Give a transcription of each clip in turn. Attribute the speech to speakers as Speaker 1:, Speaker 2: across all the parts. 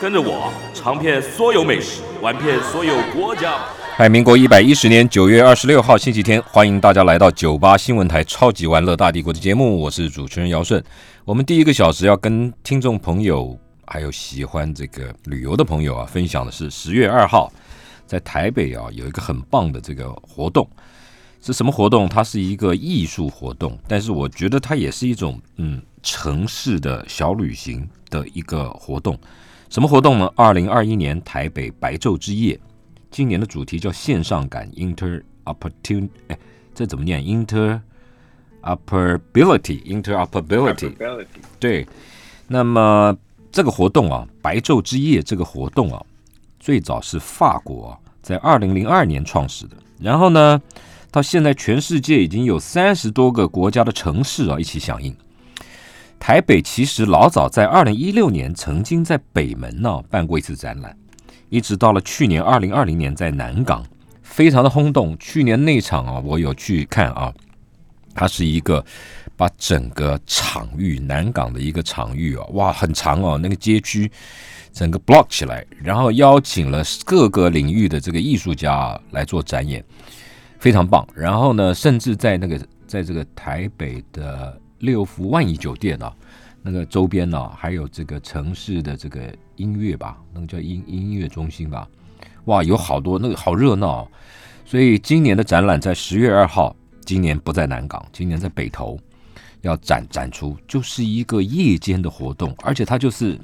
Speaker 1: 跟着我尝遍所有美食，玩遍所有国家。
Speaker 2: 嗨，哎民国一百一十年九月二十六号星期天，欢迎大家来到九八新闻台《超级玩乐大帝国》的节目，我是主持人姚顺。我们第一个小时要跟听众朋友，还有喜欢这个旅游的朋友啊，分享的是十月二号在台北啊有一个很棒的这个活动。是什么活动？它是一个艺术活动，但是我觉得它也是一种嗯城市的小旅行的一个活动。什么活动呢？二零二一年台北白昼之夜，今年的主题叫线上感 （Inter Opportunity）。哎，这怎么念？Inter Operability，Interoperability。对，那么这个活动啊，白昼之夜这个活动啊，最早是法国、啊、在二零零二年创始的，然后呢，到现在全世界已经有三十多个国家的城市啊一起响应。台北其实老早在二零一六年曾经在北门呢、啊、办过一次展览，一直到了去年二零二零年在南港，非常的轰动。去年那场啊，我有去看啊，它是一个把整个场域南港的一个场域啊，哇，很长哦、啊，那个街区整个 block 起来，然后邀请了各个领域的这个艺术家、啊、来做展演，非常棒。然后呢，甚至在那个在这个台北的。六福万怡酒店啊，那个周边呢、啊，还有这个城市的这个音乐吧，那个叫音音乐中心吧，哇，有好多那个好热闹、哦。所以今年的展览在十月二号，今年不在南港，今年在北投要展展出，就是一个夜间的活动，而且它就是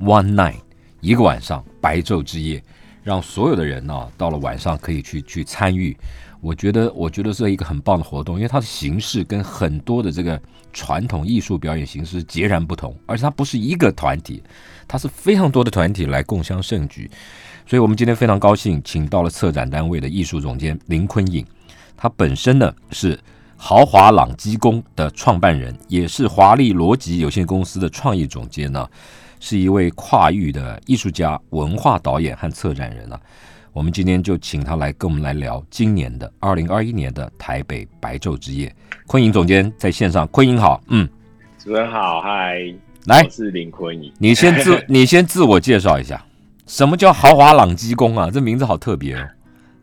Speaker 2: one night 一个晚上白昼之夜，让所有的人呢、啊、到了晚上可以去去参与。我觉得，我觉得是一个很棒的活动，因为它的形式跟很多的这个传统艺术表演形式截然不同，而且它不是一个团体，它是非常多的团体来共襄盛举。所以，我们今天非常高兴，请到了策展单位的艺术总监林坤颖，他本身呢是豪华朗基宫的创办人，也是华丽逻辑有限公司的创意总监呢、啊，是一位跨域的艺术家、文化导演和策展人呢、啊。我们今天就请他来跟我们来聊今年的二零二一年的台北白昼之夜。坤颖总监在线上，坤颖好，嗯，
Speaker 3: 主任好，嗨，
Speaker 2: 来，
Speaker 3: 我是林坤颖，
Speaker 2: 你先自你先自我介绍一下，什么叫豪华朗基宫啊？这名字好特别哦，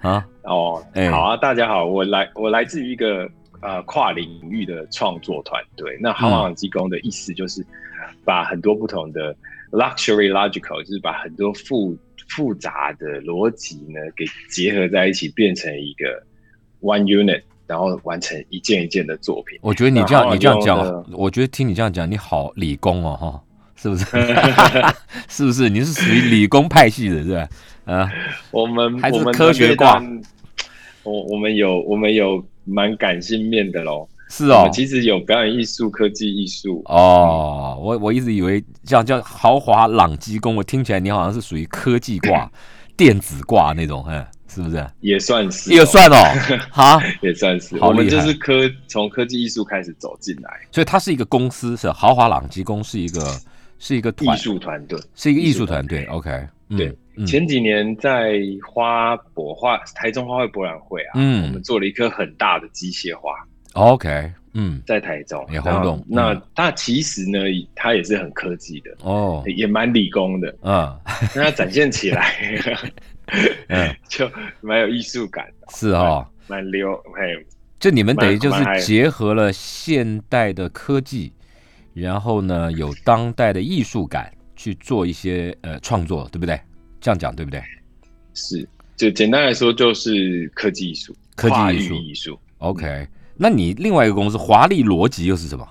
Speaker 2: 啊，
Speaker 3: 哦，哎，好啊，大家好，我来我来自于一个呃跨领域的创作团队，那豪华朗基宫的意思就是把很多不同的 luxury logical，就是把很多富复杂的逻辑呢，给结合在一起，变成一个 one unit，然后完成一件一件的作品。
Speaker 2: 我觉得你这样，你这样讲，我觉得听你这样讲，你好理工哦，哈，是不是？是不是？你是属于理工派系的，是吧？啊，
Speaker 3: 我们
Speaker 2: 还是科学挂。
Speaker 3: 我我们有我们有蛮感性面的喽。
Speaker 2: 是哦，
Speaker 3: 其实有表演艺术、科技艺术
Speaker 2: 哦。我我一直以为叫叫豪华朗基宫，我听起来你好像是属于科技挂、 电子挂那种，嗯，是不是？
Speaker 3: 也算是、
Speaker 2: 哦，也算哦， 哈，
Speaker 3: 也算是。
Speaker 2: 我
Speaker 3: 们就是科从科技艺术开始走进来，
Speaker 2: 所以它是一个公司，是豪华朗基宫是一个是一个
Speaker 3: 艺术团队，
Speaker 2: 是一个艺术团队。OK，
Speaker 3: 对。嗯前几年在花博花台中花卉博览会啊，嗯，我们做了一棵很大的机械花。
Speaker 2: OK，嗯，
Speaker 3: 在台中
Speaker 2: 也轰动。嗯
Speaker 3: 那它其实呢，它也是很科技的
Speaker 2: 哦，
Speaker 3: 也蛮理工 的，
Speaker 2: 嗯，
Speaker 3: 那它展现起来， 嗯，就蛮有艺术感的，
Speaker 2: 是哦，
Speaker 3: 蛮溜，嘿，
Speaker 2: 就你们等于就是结合了现代的科技，然后呢有当代的艺术感去做一些呃创作，对不对？这样讲对不对？
Speaker 3: 是，就简单来说就是科技艺术，
Speaker 2: 科技艺术，
Speaker 3: 艺术
Speaker 2: ，OK。那你另外一个公司华丽逻辑又是什么？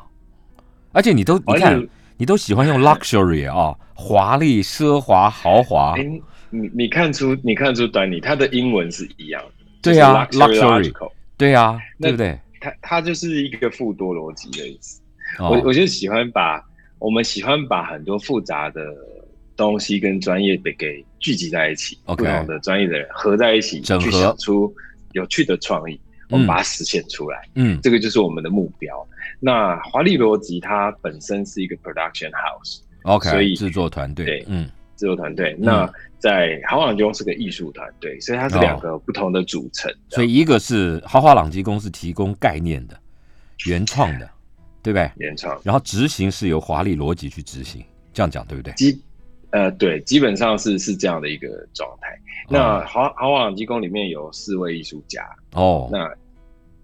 Speaker 2: 而且你都你看，你都喜欢 用 luxury 啊，华丽、奢华、豪华。
Speaker 3: 欸、你你看出你看出端倪，它的英文是一样的。
Speaker 2: 对啊呀、就是、
Speaker 3: ，luxury，
Speaker 2: 对呀、啊，对不对？
Speaker 3: 它它就是一个复多逻
Speaker 2: 哦
Speaker 3: 辑的意思。哦、我我就喜欢把我们喜欢把很多复杂的东西跟专业得给聚集在一起
Speaker 2: OK
Speaker 3: 不同的专业的人合在一起，
Speaker 2: 整合
Speaker 3: 去想出有趣的创意，我们
Speaker 2: 嗯
Speaker 3: 把它实现出来，
Speaker 2: 嗯
Speaker 3: 这个就是我们的目标。那华丽罗吉它本身是一个 production house所
Speaker 2: ，OK，
Speaker 3: 以
Speaker 2: 制作团队
Speaker 3: 对，
Speaker 2: 嗯
Speaker 3: 制作团队，那在豪朗中是个艺术团队，所以它是两
Speaker 2: 哦
Speaker 3: 个不同的组成。
Speaker 2: 所以一个是豪华朗基公是提供概念的、原创的，对不对？
Speaker 3: 原创
Speaker 2: 然后执行是由华丽逻辑去执行，这样讲对不对？
Speaker 3: 基呃对，基本上是是这样的一个状态。那豪豪瓦朗基宫里面有四位艺术家，
Speaker 2: 哦，
Speaker 3: 那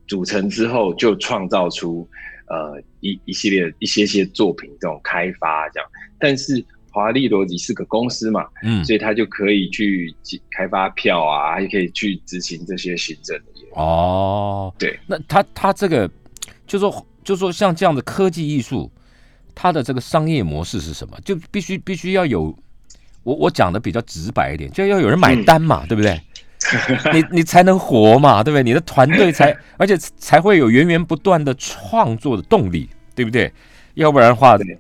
Speaker 3: 组成之后就创造出呃一一系列一些些作品这种开发这样。但是华丽逻辑是个公司嘛，
Speaker 2: 嗯，
Speaker 3: 所以他就可以去集开发票啊，也可以去执行这些行政的业务。
Speaker 2: 哦，
Speaker 3: 对，
Speaker 2: 那他他这个就说就说像这样的科技艺术，它的这个商业模式是什么？就必须必须要有。我我讲的比较直白一点，就要有人买单嘛，
Speaker 3: 嗯
Speaker 2: 对不 对？你你才能活嘛，对不对？你的团队才，而且才会有源源不断的创作的动力，对不对？要不然的话
Speaker 3: 对，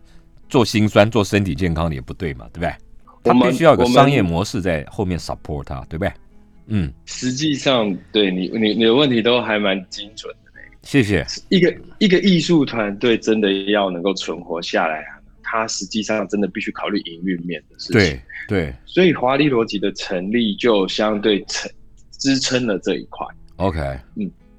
Speaker 2: 做心酸、做身体健康也不对嘛，对不对？
Speaker 3: 我
Speaker 2: 它
Speaker 3: 们
Speaker 2: 必须要有个
Speaker 3: 我们
Speaker 2: 商业模式在后面 support 它，对不对？嗯，
Speaker 3: 实际上，对你你你的问题都还蛮精准的。
Speaker 2: 谢谢。
Speaker 3: 一个一个艺术团队真的要能够存活下来啊，它实际上真的必须考虑营运面的事情。
Speaker 2: 对对
Speaker 3: 所以华丽逻辑的成立就相对成支撑了这一块。
Speaker 2: ，OK，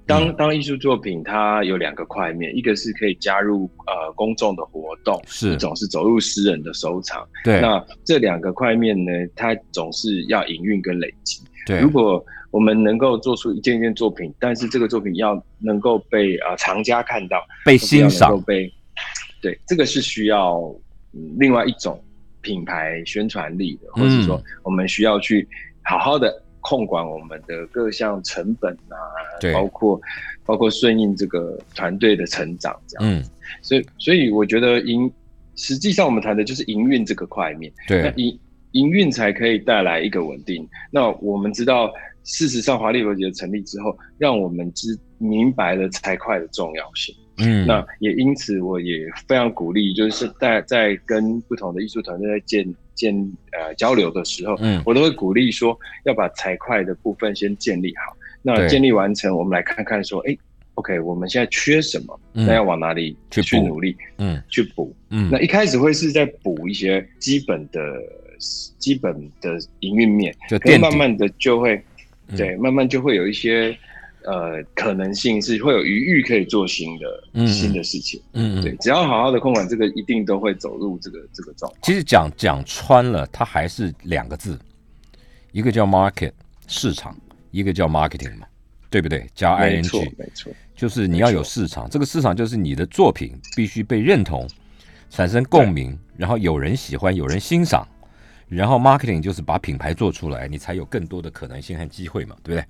Speaker 3: 当
Speaker 2: 嗯
Speaker 3: 当艺术作品，它有两个块面，一个是可以加入呃公众的活动，
Speaker 2: 是
Speaker 3: 一种是走入私人的收藏。
Speaker 2: 对
Speaker 3: 那这两个块面呢，它总是要营运跟累积。
Speaker 2: 对
Speaker 3: 如，果我们能够做出一件一件作品，但是这个作品要能够被啊、呃、藏家看到，
Speaker 2: 被
Speaker 3: 就是要
Speaker 2: 欣赏
Speaker 3: 能够被对，这个是需要、嗯、另外一种品牌宣传力的，或者
Speaker 2: 嗯
Speaker 3: 说我们需要去好好的控管我们的各项成本啊，
Speaker 2: 对，
Speaker 3: 包括包括顺应这个团队的成长这样。
Speaker 2: 嗯，
Speaker 3: 所以所以我觉得营实际上我们谈的就是营运这个块面，那
Speaker 2: 对，
Speaker 3: 营营运才可以带来一个稳定。那我们知道，事实上华丽逻辑的成立之后，让我们知明白了财会的重要性。
Speaker 2: 嗯，
Speaker 3: 那也因此，我也非常鼓励，就是在在跟不同的艺术团队在建建呃交流的时候，
Speaker 2: 嗯
Speaker 3: 我都会鼓励说要把财会的部分先建立好。那
Speaker 2: 对
Speaker 3: 建立完成，我们来看看说，哎、o k 我们现在缺什么？那要
Speaker 2: 嗯
Speaker 3: 往哪里
Speaker 2: 去
Speaker 3: 去
Speaker 2: 补
Speaker 3: 努力
Speaker 2: 嗯
Speaker 3: 去补？
Speaker 2: 嗯
Speaker 3: 那，一开始会是在补一些基本的、基本的营运面，
Speaker 2: 就
Speaker 3: 可是
Speaker 2: 垫
Speaker 3: 慢
Speaker 2: 底，
Speaker 3: 慢的就会，
Speaker 2: 嗯
Speaker 3: 对，慢慢就会有一些呃可能性是会有余裕可以做新的、
Speaker 2: 嗯嗯
Speaker 3: 新的事情。
Speaker 2: 嗯
Speaker 3: 对
Speaker 2: 嗯，，
Speaker 3: 只要好好的控管这个，一定都会走入这个这个状态。
Speaker 2: 其实讲讲穿了，它还是两个字，一个叫 market 市场，一个叫 marketing 嘛，对不对？加
Speaker 3: 没错
Speaker 2: ing，，
Speaker 3: 没错，
Speaker 2: 就是你要有市场，这个市场就是你的作品必须被认同，产生共鸣，然后有人喜欢，有人欣赏，然后 marketing 就是把品牌做出来，你才有更多的可能性和机会嘛，对不对？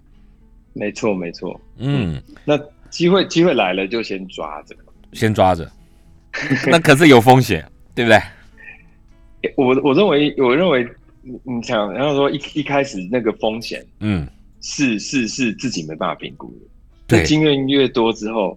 Speaker 3: 没错，没错。
Speaker 2: 嗯，
Speaker 3: 那机会机会来了就先抓这个。
Speaker 2: 先抓 着，那可是有风险，对不对？
Speaker 3: 诶我我认为我认为你你想，然后说一一开始那个风险
Speaker 2: 嗯，
Speaker 3: 是是是自己没办法评估的。
Speaker 2: 对
Speaker 3: 那，经验越多之后，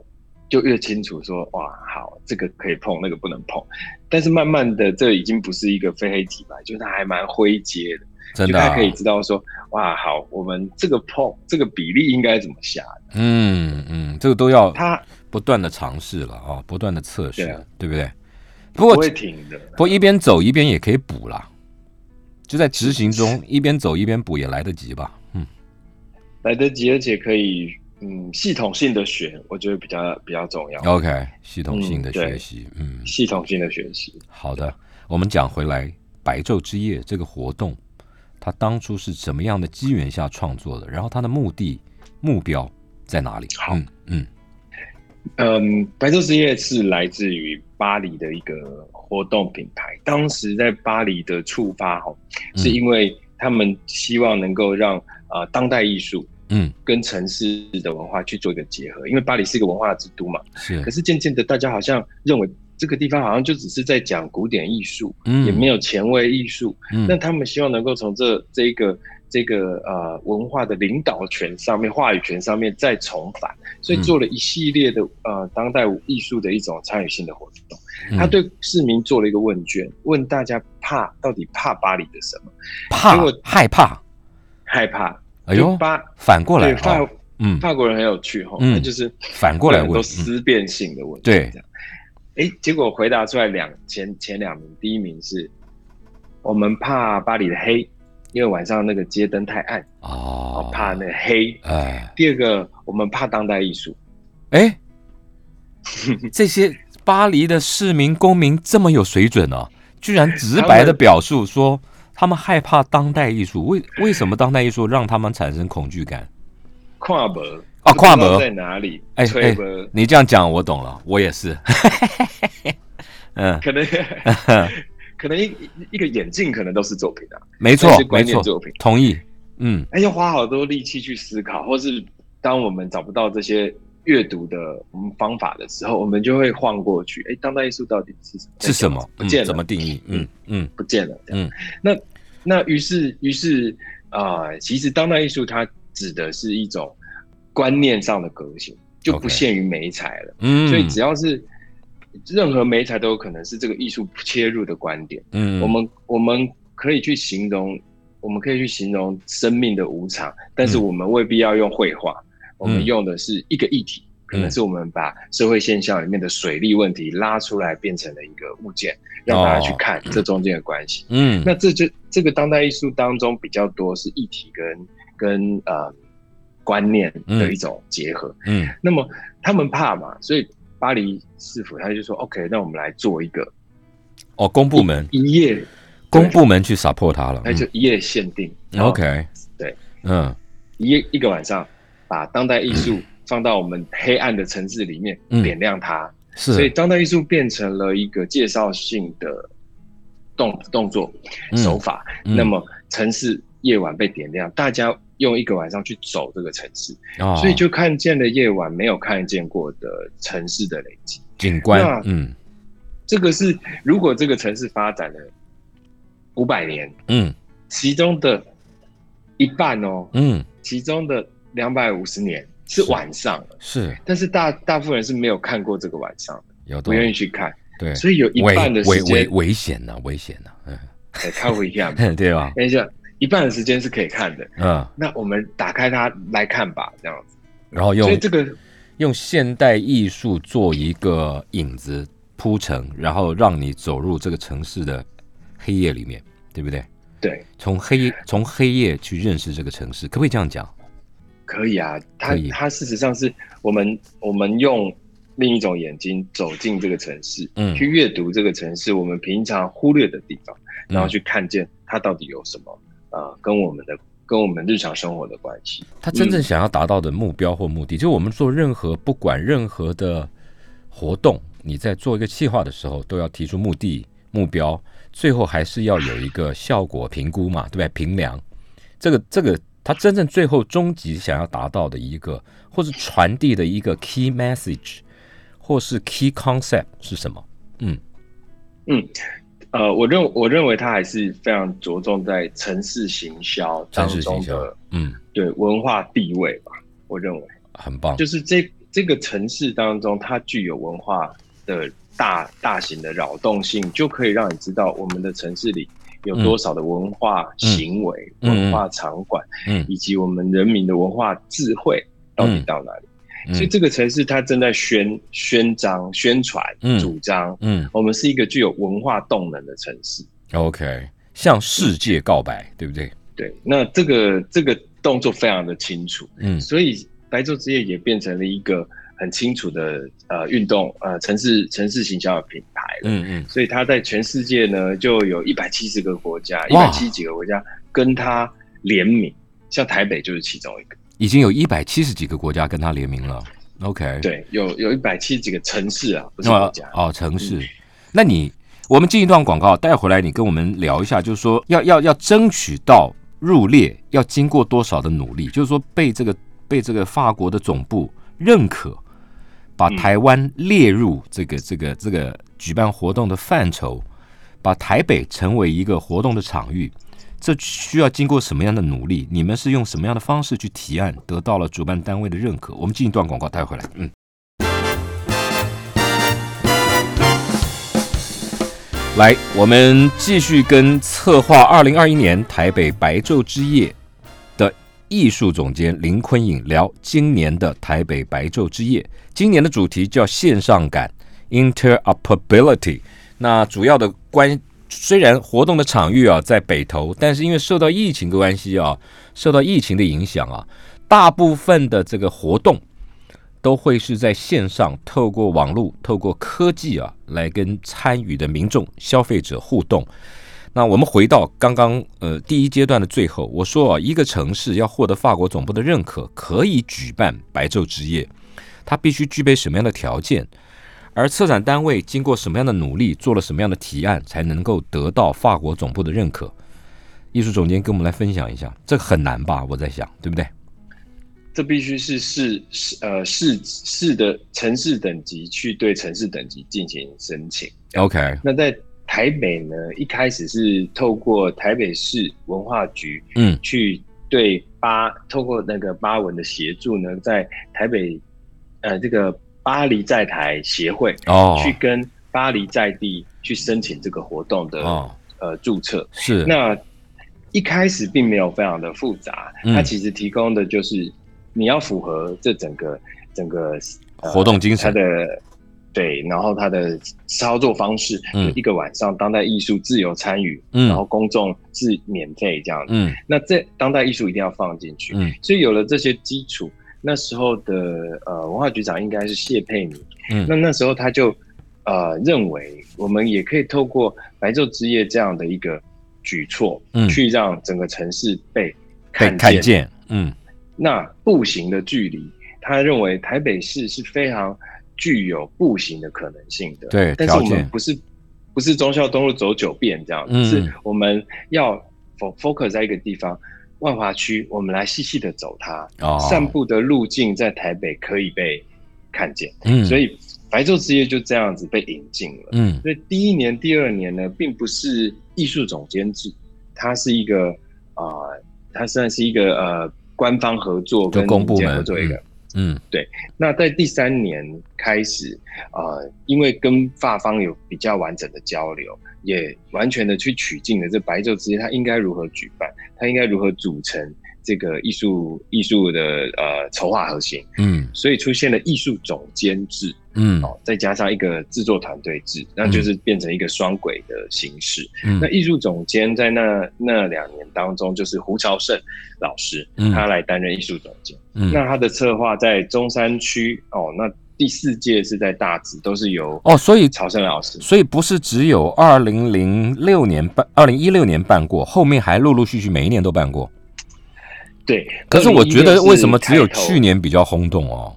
Speaker 3: 就越清楚说，哇，好，这个可以碰，那个不能碰。但是慢慢的，这已经不是一个非黑即白，就是它还蛮灰阶的，
Speaker 2: 真
Speaker 3: 就
Speaker 2: 的、
Speaker 3: 它
Speaker 2: 啊
Speaker 3: 可，以知道说，哇，好，我们这个碰这个比例应该怎么下。
Speaker 2: 嗯嗯，这个都要
Speaker 3: 它
Speaker 2: 不断的尝试了啊、不断的测试，
Speaker 3: 对啊
Speaker 2: 对不对？不过
Speaker 3: 不会停的，
Speaker 2: 不过一边走一边也可以补啦，就在执行 中一边走一边补也来得及吧？嗯，
Speaker 3: 来得及，而且可以，嗯，系统性的学，我觉得比较比较重要。
Speaker 2: OK，系统性的
Speaker 3: 嗯对
Speaker 2: 学习，嗯，
Speaker 3: 系统性的学习，
Speaker 2: 好的。我们讲回来，白昼之夜这个活动，它当初是什么样的机缘下创作的？然后它的目的、目标在哪里？
Speaker 3: 好
Speaker 2: 嗯嗯
Speaker 3: 嗯，白昼之夜是来自于巴黎的一个活动品牌。当时在巴黎的触发哦，
Speaker 2: 嗯
Speaker 3: 是因为他们希望能够让呃当代艺术
Speaker 2: 嗯，
Speaker 3: 跟城市的文化去做一个结合，因为巴黎是一个文化之都嘛。
Speaker 2: 是
Speaker 3: 可，是渐渐的，大家好像认为这个地方好像就只是在讲古典艺术，
Speaker 2: 嗯，
Speaker 3: 也没有前卫艺术。
Speaker 2: 嗯，
Speaker 3: 那他们希望能够从这这一个这个呃文化的领导权上面、话语权上面再重返，
Speaker 2: 嗯
Speaker 3: 所以做了一系列的呃当代艺术的一种参与性的活动。
Speaker 2: 嗯
Speaker 3: 他对市民做了一个问卷，问大家怕到底怕巴黎的什么？
Speaker 2: 怕
Speaker 3: 结果
Speaker 2: 害怕，
Speaker 3: 害怕。
Speaker 2: 哎呦
Speaker 3: 就巴
Speaker 2: 反过来
Speaker 3: 对法、
Speaker 2: 哦，嗯，
Speaker 3: 法国人很有趣哈、
Speaker 2: 嗯
Speaker 3: 他就是
Speaker 2: 反过来
Speaker 3: 会有很
Speaker 2: 问嗯
Speaker 3: 多，思辨性的问题。
Speaker 2: 对
Speaker 3: 这样，哎，结果回答出来两前前两名，第一名是我们怕巴黎的黑，因为晚上那个街灯太暗，
Speaker 2: 哦，
Speaker 3: 怕那个黑。
Speaker 2: 哎
Speaker 3: 第二个，我们怕当代艺术，
Speaker 2: 哎， 这些巴黎的市民公民这么有水准呢、啊居然直白的表述说他们害怕当代艺术，为为什么当代艺术让他们产生恐惧感？
Speaker 3: 跨博
Speaker 2: 啊跨博
Speaker 3: 博在哪里？
Speaker 2: 哎
Speaker 3: 推
Speaker 2: 哎
Speaker 3: 博，
Speaker 2: 你这样讲我懂了，我也是， 嗯，
Speaker 3: 可能 可能一一个眼镜可能都是作品啊，
Speaker 2: 没
Speaker 3: 那
Speaker 2: 错
Speaker 3: 是，观
Speaker 2: 没
Speaker 3: 念
Speaker 2: 错
Speaker 3: 作品，
Speaker 2: 同意，嗯，
Speaker 3: 哎，要花好多力气去思考，或是当我们找不到这些阅读的嗯方法的时候，我们就会晃过去。哎，当代艺术到底是什么？
Speaker 2: 是什么？
Speaker 3: 不
Speaker 2: 嗯，
Speaker 3: 见了，
Speaker 2: 怎么定义？嗯嗯
Speaker 3: 不见了？这样
Speaker 2: 嗯，
Speaker 3: 那那于是于是啊、呃其实当代艺术它指的是一种观念上的革新，就不
Speaker 2: OK
Speaker 3: 限于美材了。
Speaker 2: 嗯，
Speaker 3: 所以只要是任何媒材都有可能是这个艺术切入的观点。
Speaker 2: 嗯
Speaker 3: 我们我们可以去形容，我们可以去形容生命的无常，但是
Speaker 2: 嗯
Speaker 3: 我们未必要用绘画，我
Speaker 2: 嗯
Speaker 3: 们用的是一个议题，可能是我们把社会现象里面的水利问题拉出来，变成了一个物件，让大家
Speaker 2: 哦
Speaker 3: 去看这中间的关系。
Speaker 2: 嗯
Speaker 3: 那这就这个当代艺术当中比较多是议题跟跟呃观念的一种结合。
Speaker 2: 嗯
Speaker 3: 那么他们怕嘛，所以巴黎市府他就说 OK，那我们来做一个
Speaker 2: 哦，公部门
Speaker 3: 一夜
Speaker 2: 公部门去 support 他了，
Speaker 3: 那就一夜限定。
Speaker 2: 嗯 OK，
Speaker 3: 对，
Speaker 2: 嗯
Speaker 3: 一夜一个晚上，把当代艺术放到我们黑暗的城市里面，
Speaker 2: 嗯
Speaker 3: 点亮它。所以
Speaker 2: 是，
Speaker 3: 当代艺术变成了一个介绍性的动动作
Speaker 2: 嗯
Speaker 3: 手法。
Speaker 2: 嗯
Speaker 3: 那么城市夜晚被点亮，大家用一个晚上去走这个城市，
Speaker 2: 哦
Speaker 3: 所以就看见了夜晚没有看见过的城市的累积。
Speaker 2: 景观
Speaker 3: 那，
Speaker 2: 嗯
Speaker 3: 这个是如果这个城市发展了五百年，
Speaker 2: 嗯
Speaker 3: 其中的一半哦，
Speaker 2: 嗯，
Speaker 3: 其中的两百五十年是
Speaker 2: 是
Speaker 3: 晚上的，
Speaker 2: 是
Speaker 3: 但是大大部分人是没有看过这个晚上的，
Speaker 2: 有
Speaker 3: 不
Speaker 2: 道
Speaker 3: 愿意
Speaker 2: 理，
Speaker 3: 去看，
Speaker 2: 对，
Speaker 3: 所以有一
Speaker 2: 危
Speaker 3: 半的
Speaker 2: 危危
Speaker 3: 时间
Speaker 2: 危险呐，危险呐，，
Speaker 3: 哎看回一下
Speaker 2: 嗯，对吧？
Speaker 3: 等一下，一半的时间是可以看的，
Speaker 2: 嗯，
Speaker 3: 那我们打开它来看吧，这样子。
Speaker 2: 然后用
Speaker 3: 所以这个
Speaker 2: 用现代艺术做一个影子铺陈，然后让你走入这个城市的黑夜里面，对不对？
Speaker 3: 对
Speaker 2: 从黑从黑夜去认识这个城市，可不可以这样讲？
Speaker 3: 可以啊，它
Speaker 2: 可以
Speaker 3: 它事实上是我们我们用。另一种眼睛走进这个城市，
Speaker 2: 嗯
Speaker 3: 去阅读这个城市我们平常忽略的地方，然
Speaker 2: 嗯
Speaker 3: 后去看见它到底有什么，呃，跟我们的跟我们日常生活的关系。
Speaker 2: 他真
Speaker 3: 嗯
Speaker 2: 正想要达到的目标或目的，就我们做任何不管任何的活动，你在做一个计划的时候，都要提出目的、目标，最后还是要有一个效果评估嘛，对不对？评量，这个这个，他真正最后终极想要达到的一个，或是传递的一个 key message，或是 key concept 是什么？
Speaker 3: 呃，我认我认为它还是非常着重在城市行销
Speaker 2: 城
Speaker 3: 当
Speaker 2: 市
Speaker 3: 中
Speaker 2: 形象
Speaker 3: 的，
Speaker 2: 嗯，
Speaker 3: 对文化地位吧。我认为
Speaker 2: 很棒，
Speaker 3: 就是这这个城市当中，它具有文化的大大型的扰动性，就可以让你知道我们的城市里有
Speaker 2: 嗯
Speaker 3: 多少的文化行为、
Speaker 2: 嗯嗯
Speaker 3: 文化场馆，
Speaker 2: 嗯
Speaker 3: 以及我们人民的文化智慧到底
Speaker 2: 嗯
Speaker 3: 到哪里。
Speaker 2: 嗯
Speaker 3: 所以这个城市它正在宣宣张、宣传、
Speaker 2: 嗯
Speaker 3: 主张，
Speaker 2: 嗯
Speaker 3: 我们是一个具有文化动能的城市。
Speaker 2: ，OK，向世界告白，对不对？
Speaker 3: 对，那这个这个动作非常的清楚，
Speaker 2: 嗯
Speaker 3: 所以白昼之夜也变成了一个很清楚的呃运动呃城市城市行销的品牌了。
Speaker 2: 嗯嗯，
Speaker 3: 所以它在全世界呢就有一百七十个国家，一
Speaker 2: 哇
Speaker 3: 百七十几个国家跟它联名，像台北就是其中一个。
Speaker 2: 已经有一百七十几个国家跟他联名了。OK，，
Speaker 3: 对，有有一百七十几个城市啊，不是
Speaker 2: 那
Speaker 3: 国
Speaker 2: 么
Speaker 3: 家。
Speaker 2: 哦，城市，那你我们进一段广告，带回来你跟我们聊一下，就是说要要要争取到入列，要经过多少的努力，就是说被这个被这个法国的总部认可，把
Speaker 3: 嗯
Speaker 2: 台湾列入这个这个这个举办活动的范畴，把台北成为一个活动的场域，这需要经过什么样的努力？你们是用什么样的方式去提案，得到了主办单位的认可？我们进一段广告，待会回来。嗯。来，我们继续跟策划二零二一年台北白昼之夜的艺术总监林坤颖聊今年的台北白昼之夜。今年的主题叫线上感 （interoperability）。那主要的关虽然活动的场域啊在北投，但是因为受到疫情的关系啊，受到疫情的影响啊，大部分的这个活动都会是在线上，透过网络、透过科技啊，来跟参与的民众、消费者互动。那我们回到刚刚呃第一阶段的最后，我说啊，一个城市要获得法国总部的认可，可以举办白昼之夜，它必须具备什么样的条件？而策展单位经过什么样的努力，做了什么样的提案，才能够得到法国总部的认可？艺术总监跟我们来分享一下，这个很难吧？我在想，对不对？
Speaker 3: 这必须是市市呃市市的城市等级去对城市等级进行申请。
Speaker 2: OK，
Speaker 3: 那在台北呢，一开始是透过台北市文化局，
Speaker 2: 嗯
Speaker 3: 去对八透过那个八文的协助呢，在台北呃这个巴黎在台协会
Speaker 2: 哦
Speaker 3: 去跟巴黎在地去申请这个活动的、
Speaker 2: 哦，
Speaker 3: 呃注册。
Speaker 2: 是
Speaker 3: 那一开始并没有非常的复杂，
Speaker 2: 嗯
Speaker 3: 它其实提供的就是你要符合这整个整个、呃
Speaker 2: 活动精
Speaker 3: 它
Speaker 2: 神
Speaker 3: 的对，然后它的操作方式，
Speaker 2: 嗯
Speaker 3: 一个晚上当代艺术自由参与，
Speaker 2: 嗯
Speaker 3: 然后公众是免费这样子。
Speaker 2: 嗯
Speaker 3: 那这当代艺术一定要放进去，
Speaker 2: 嗯
Speaker 3: 所以有了这些基础，那时候的呃文化局长应该是谢佩妮，
Speaker 2: 嗯
Speaker 3: 那那时候他就呃认为，我们也可以透过白昼之夜这样的一个举措，
Speaker 2: 嗯
Speaker 3: 去让整个城市被
Speaker 2: 被
Speaker 3: 看
Speaker 2: 看见，嗯
Speaker 3: 那步行的距离，他认为台北市是非常具有步行的可能性的。
Speaker 2: 对
Speaker 3: 但是我
Speaker 2: 条
Speaker 3: 们
Speaker 2: 件
Speaker 3: 不是不是忠孝东路走九遍这样子，
Speaker 2: 嗯
Speaker 3: 是我们要 fo- focus 在一个地方。万华区，我们来细细的走它，
Speaker 2: 哦，
Speaker 3: 散步的路径在台北可以被看见。
Speaker 2: 嗯，
Speaker 3: 所
Speaker 2: 以
Speaker 3: 以白昼之夜就这样子被引进了。
Speaker 2: 嗯
Speaker 3: 所以第一年、第二年呢，并不是艺术总监制，它是一个啊、呃它算是一个呃官方合作跟
Speaker 2: 就公部
Speaker 3: 民间
Speaker 2: 门
Speaker 3: 合作一个。
Speaker 2: 嗯
Speaker 3: 那在第三年开始，呃，因为跟法方有比较完整的交流，也完全的去取进了这白昼之夜，它应该如何举办，它应该如何组成这个艺术艺术的呃筹划核心，
Speaker 2: 嗯
Speaker 3: 所以出现了艺术总监制。
Speaker 2: 嗯
Speaker 3: 哦，再加上一个制作团队制，那就是变成一个双轨的形式。
Speaker 2: 嗯
Speaker 3: 那艺术总监在那那两年当中，就是胡朝胜老师，
Speaker 2: 嗯
Speaker 3: 他来担任艺术总监。
Speaker 2: 嗯
Speaker 3: 那他的策划在中山区哦，那第四届是在大直，都是由
Speaker 2: 哦，所以
Speaker 3: 朝胜老师。
Speaker 2: 所以不是只有二零零六年办，二零一六年办过，后面还陆陆续续每一年都办过。
Speaker 3: 对，
Speaker 2: 可是我觉得
Speaker 3: 2016
Speaker 2: 为什么只有
Speaker 3: 是开头
Speaker 2: 去年比较轰动哦？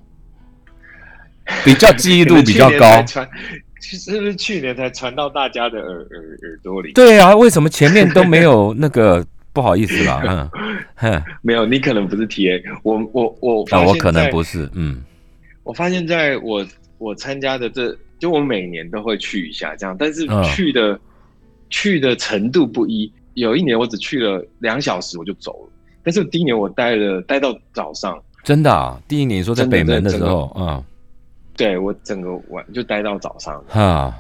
Speaker 2: 比较记忆
Speaker 3: 可
Speaker 2: 度
Speaker 3: 能
Speaker 2: 比
Speaker 3: 去
Speaker 2: 较
Speaker 3: 年才
Speaker 2: 高。
Speaker 3: 传是不是去年才传到大家的耳耳耳朵里？
Speaker 2: 对啊，为什么前面都没有那个？不好意思啦，嗯， 哼，
Speaker 3: 没有，你可能不是 TA，我我我发
Speaker 2: 那
Speaker 3: 现
Speaker 2: 哦我可能
Speaker 3: 在
Speaker 2: 不是，嗯
Speaker 3: 我发现在我我参加的这，就我每年都会去一下这样，但是
Speaker 2: 嗯
Speaker 3: 去的、去的程度不一。有一年我只去了两小时我就走了，但是第一年我待了待到早上，
Speaker 2: 真的啊，第一年你说在
Speaker 3: 真的
Speaker 2: 北门的
Speaker 3: 真
Speaker 2: 时
Speaker 3: 的
Speaker 2: 候，嗯，
Speaker 3: 对我整个晚就待到早上，
Speaker 2: 哈，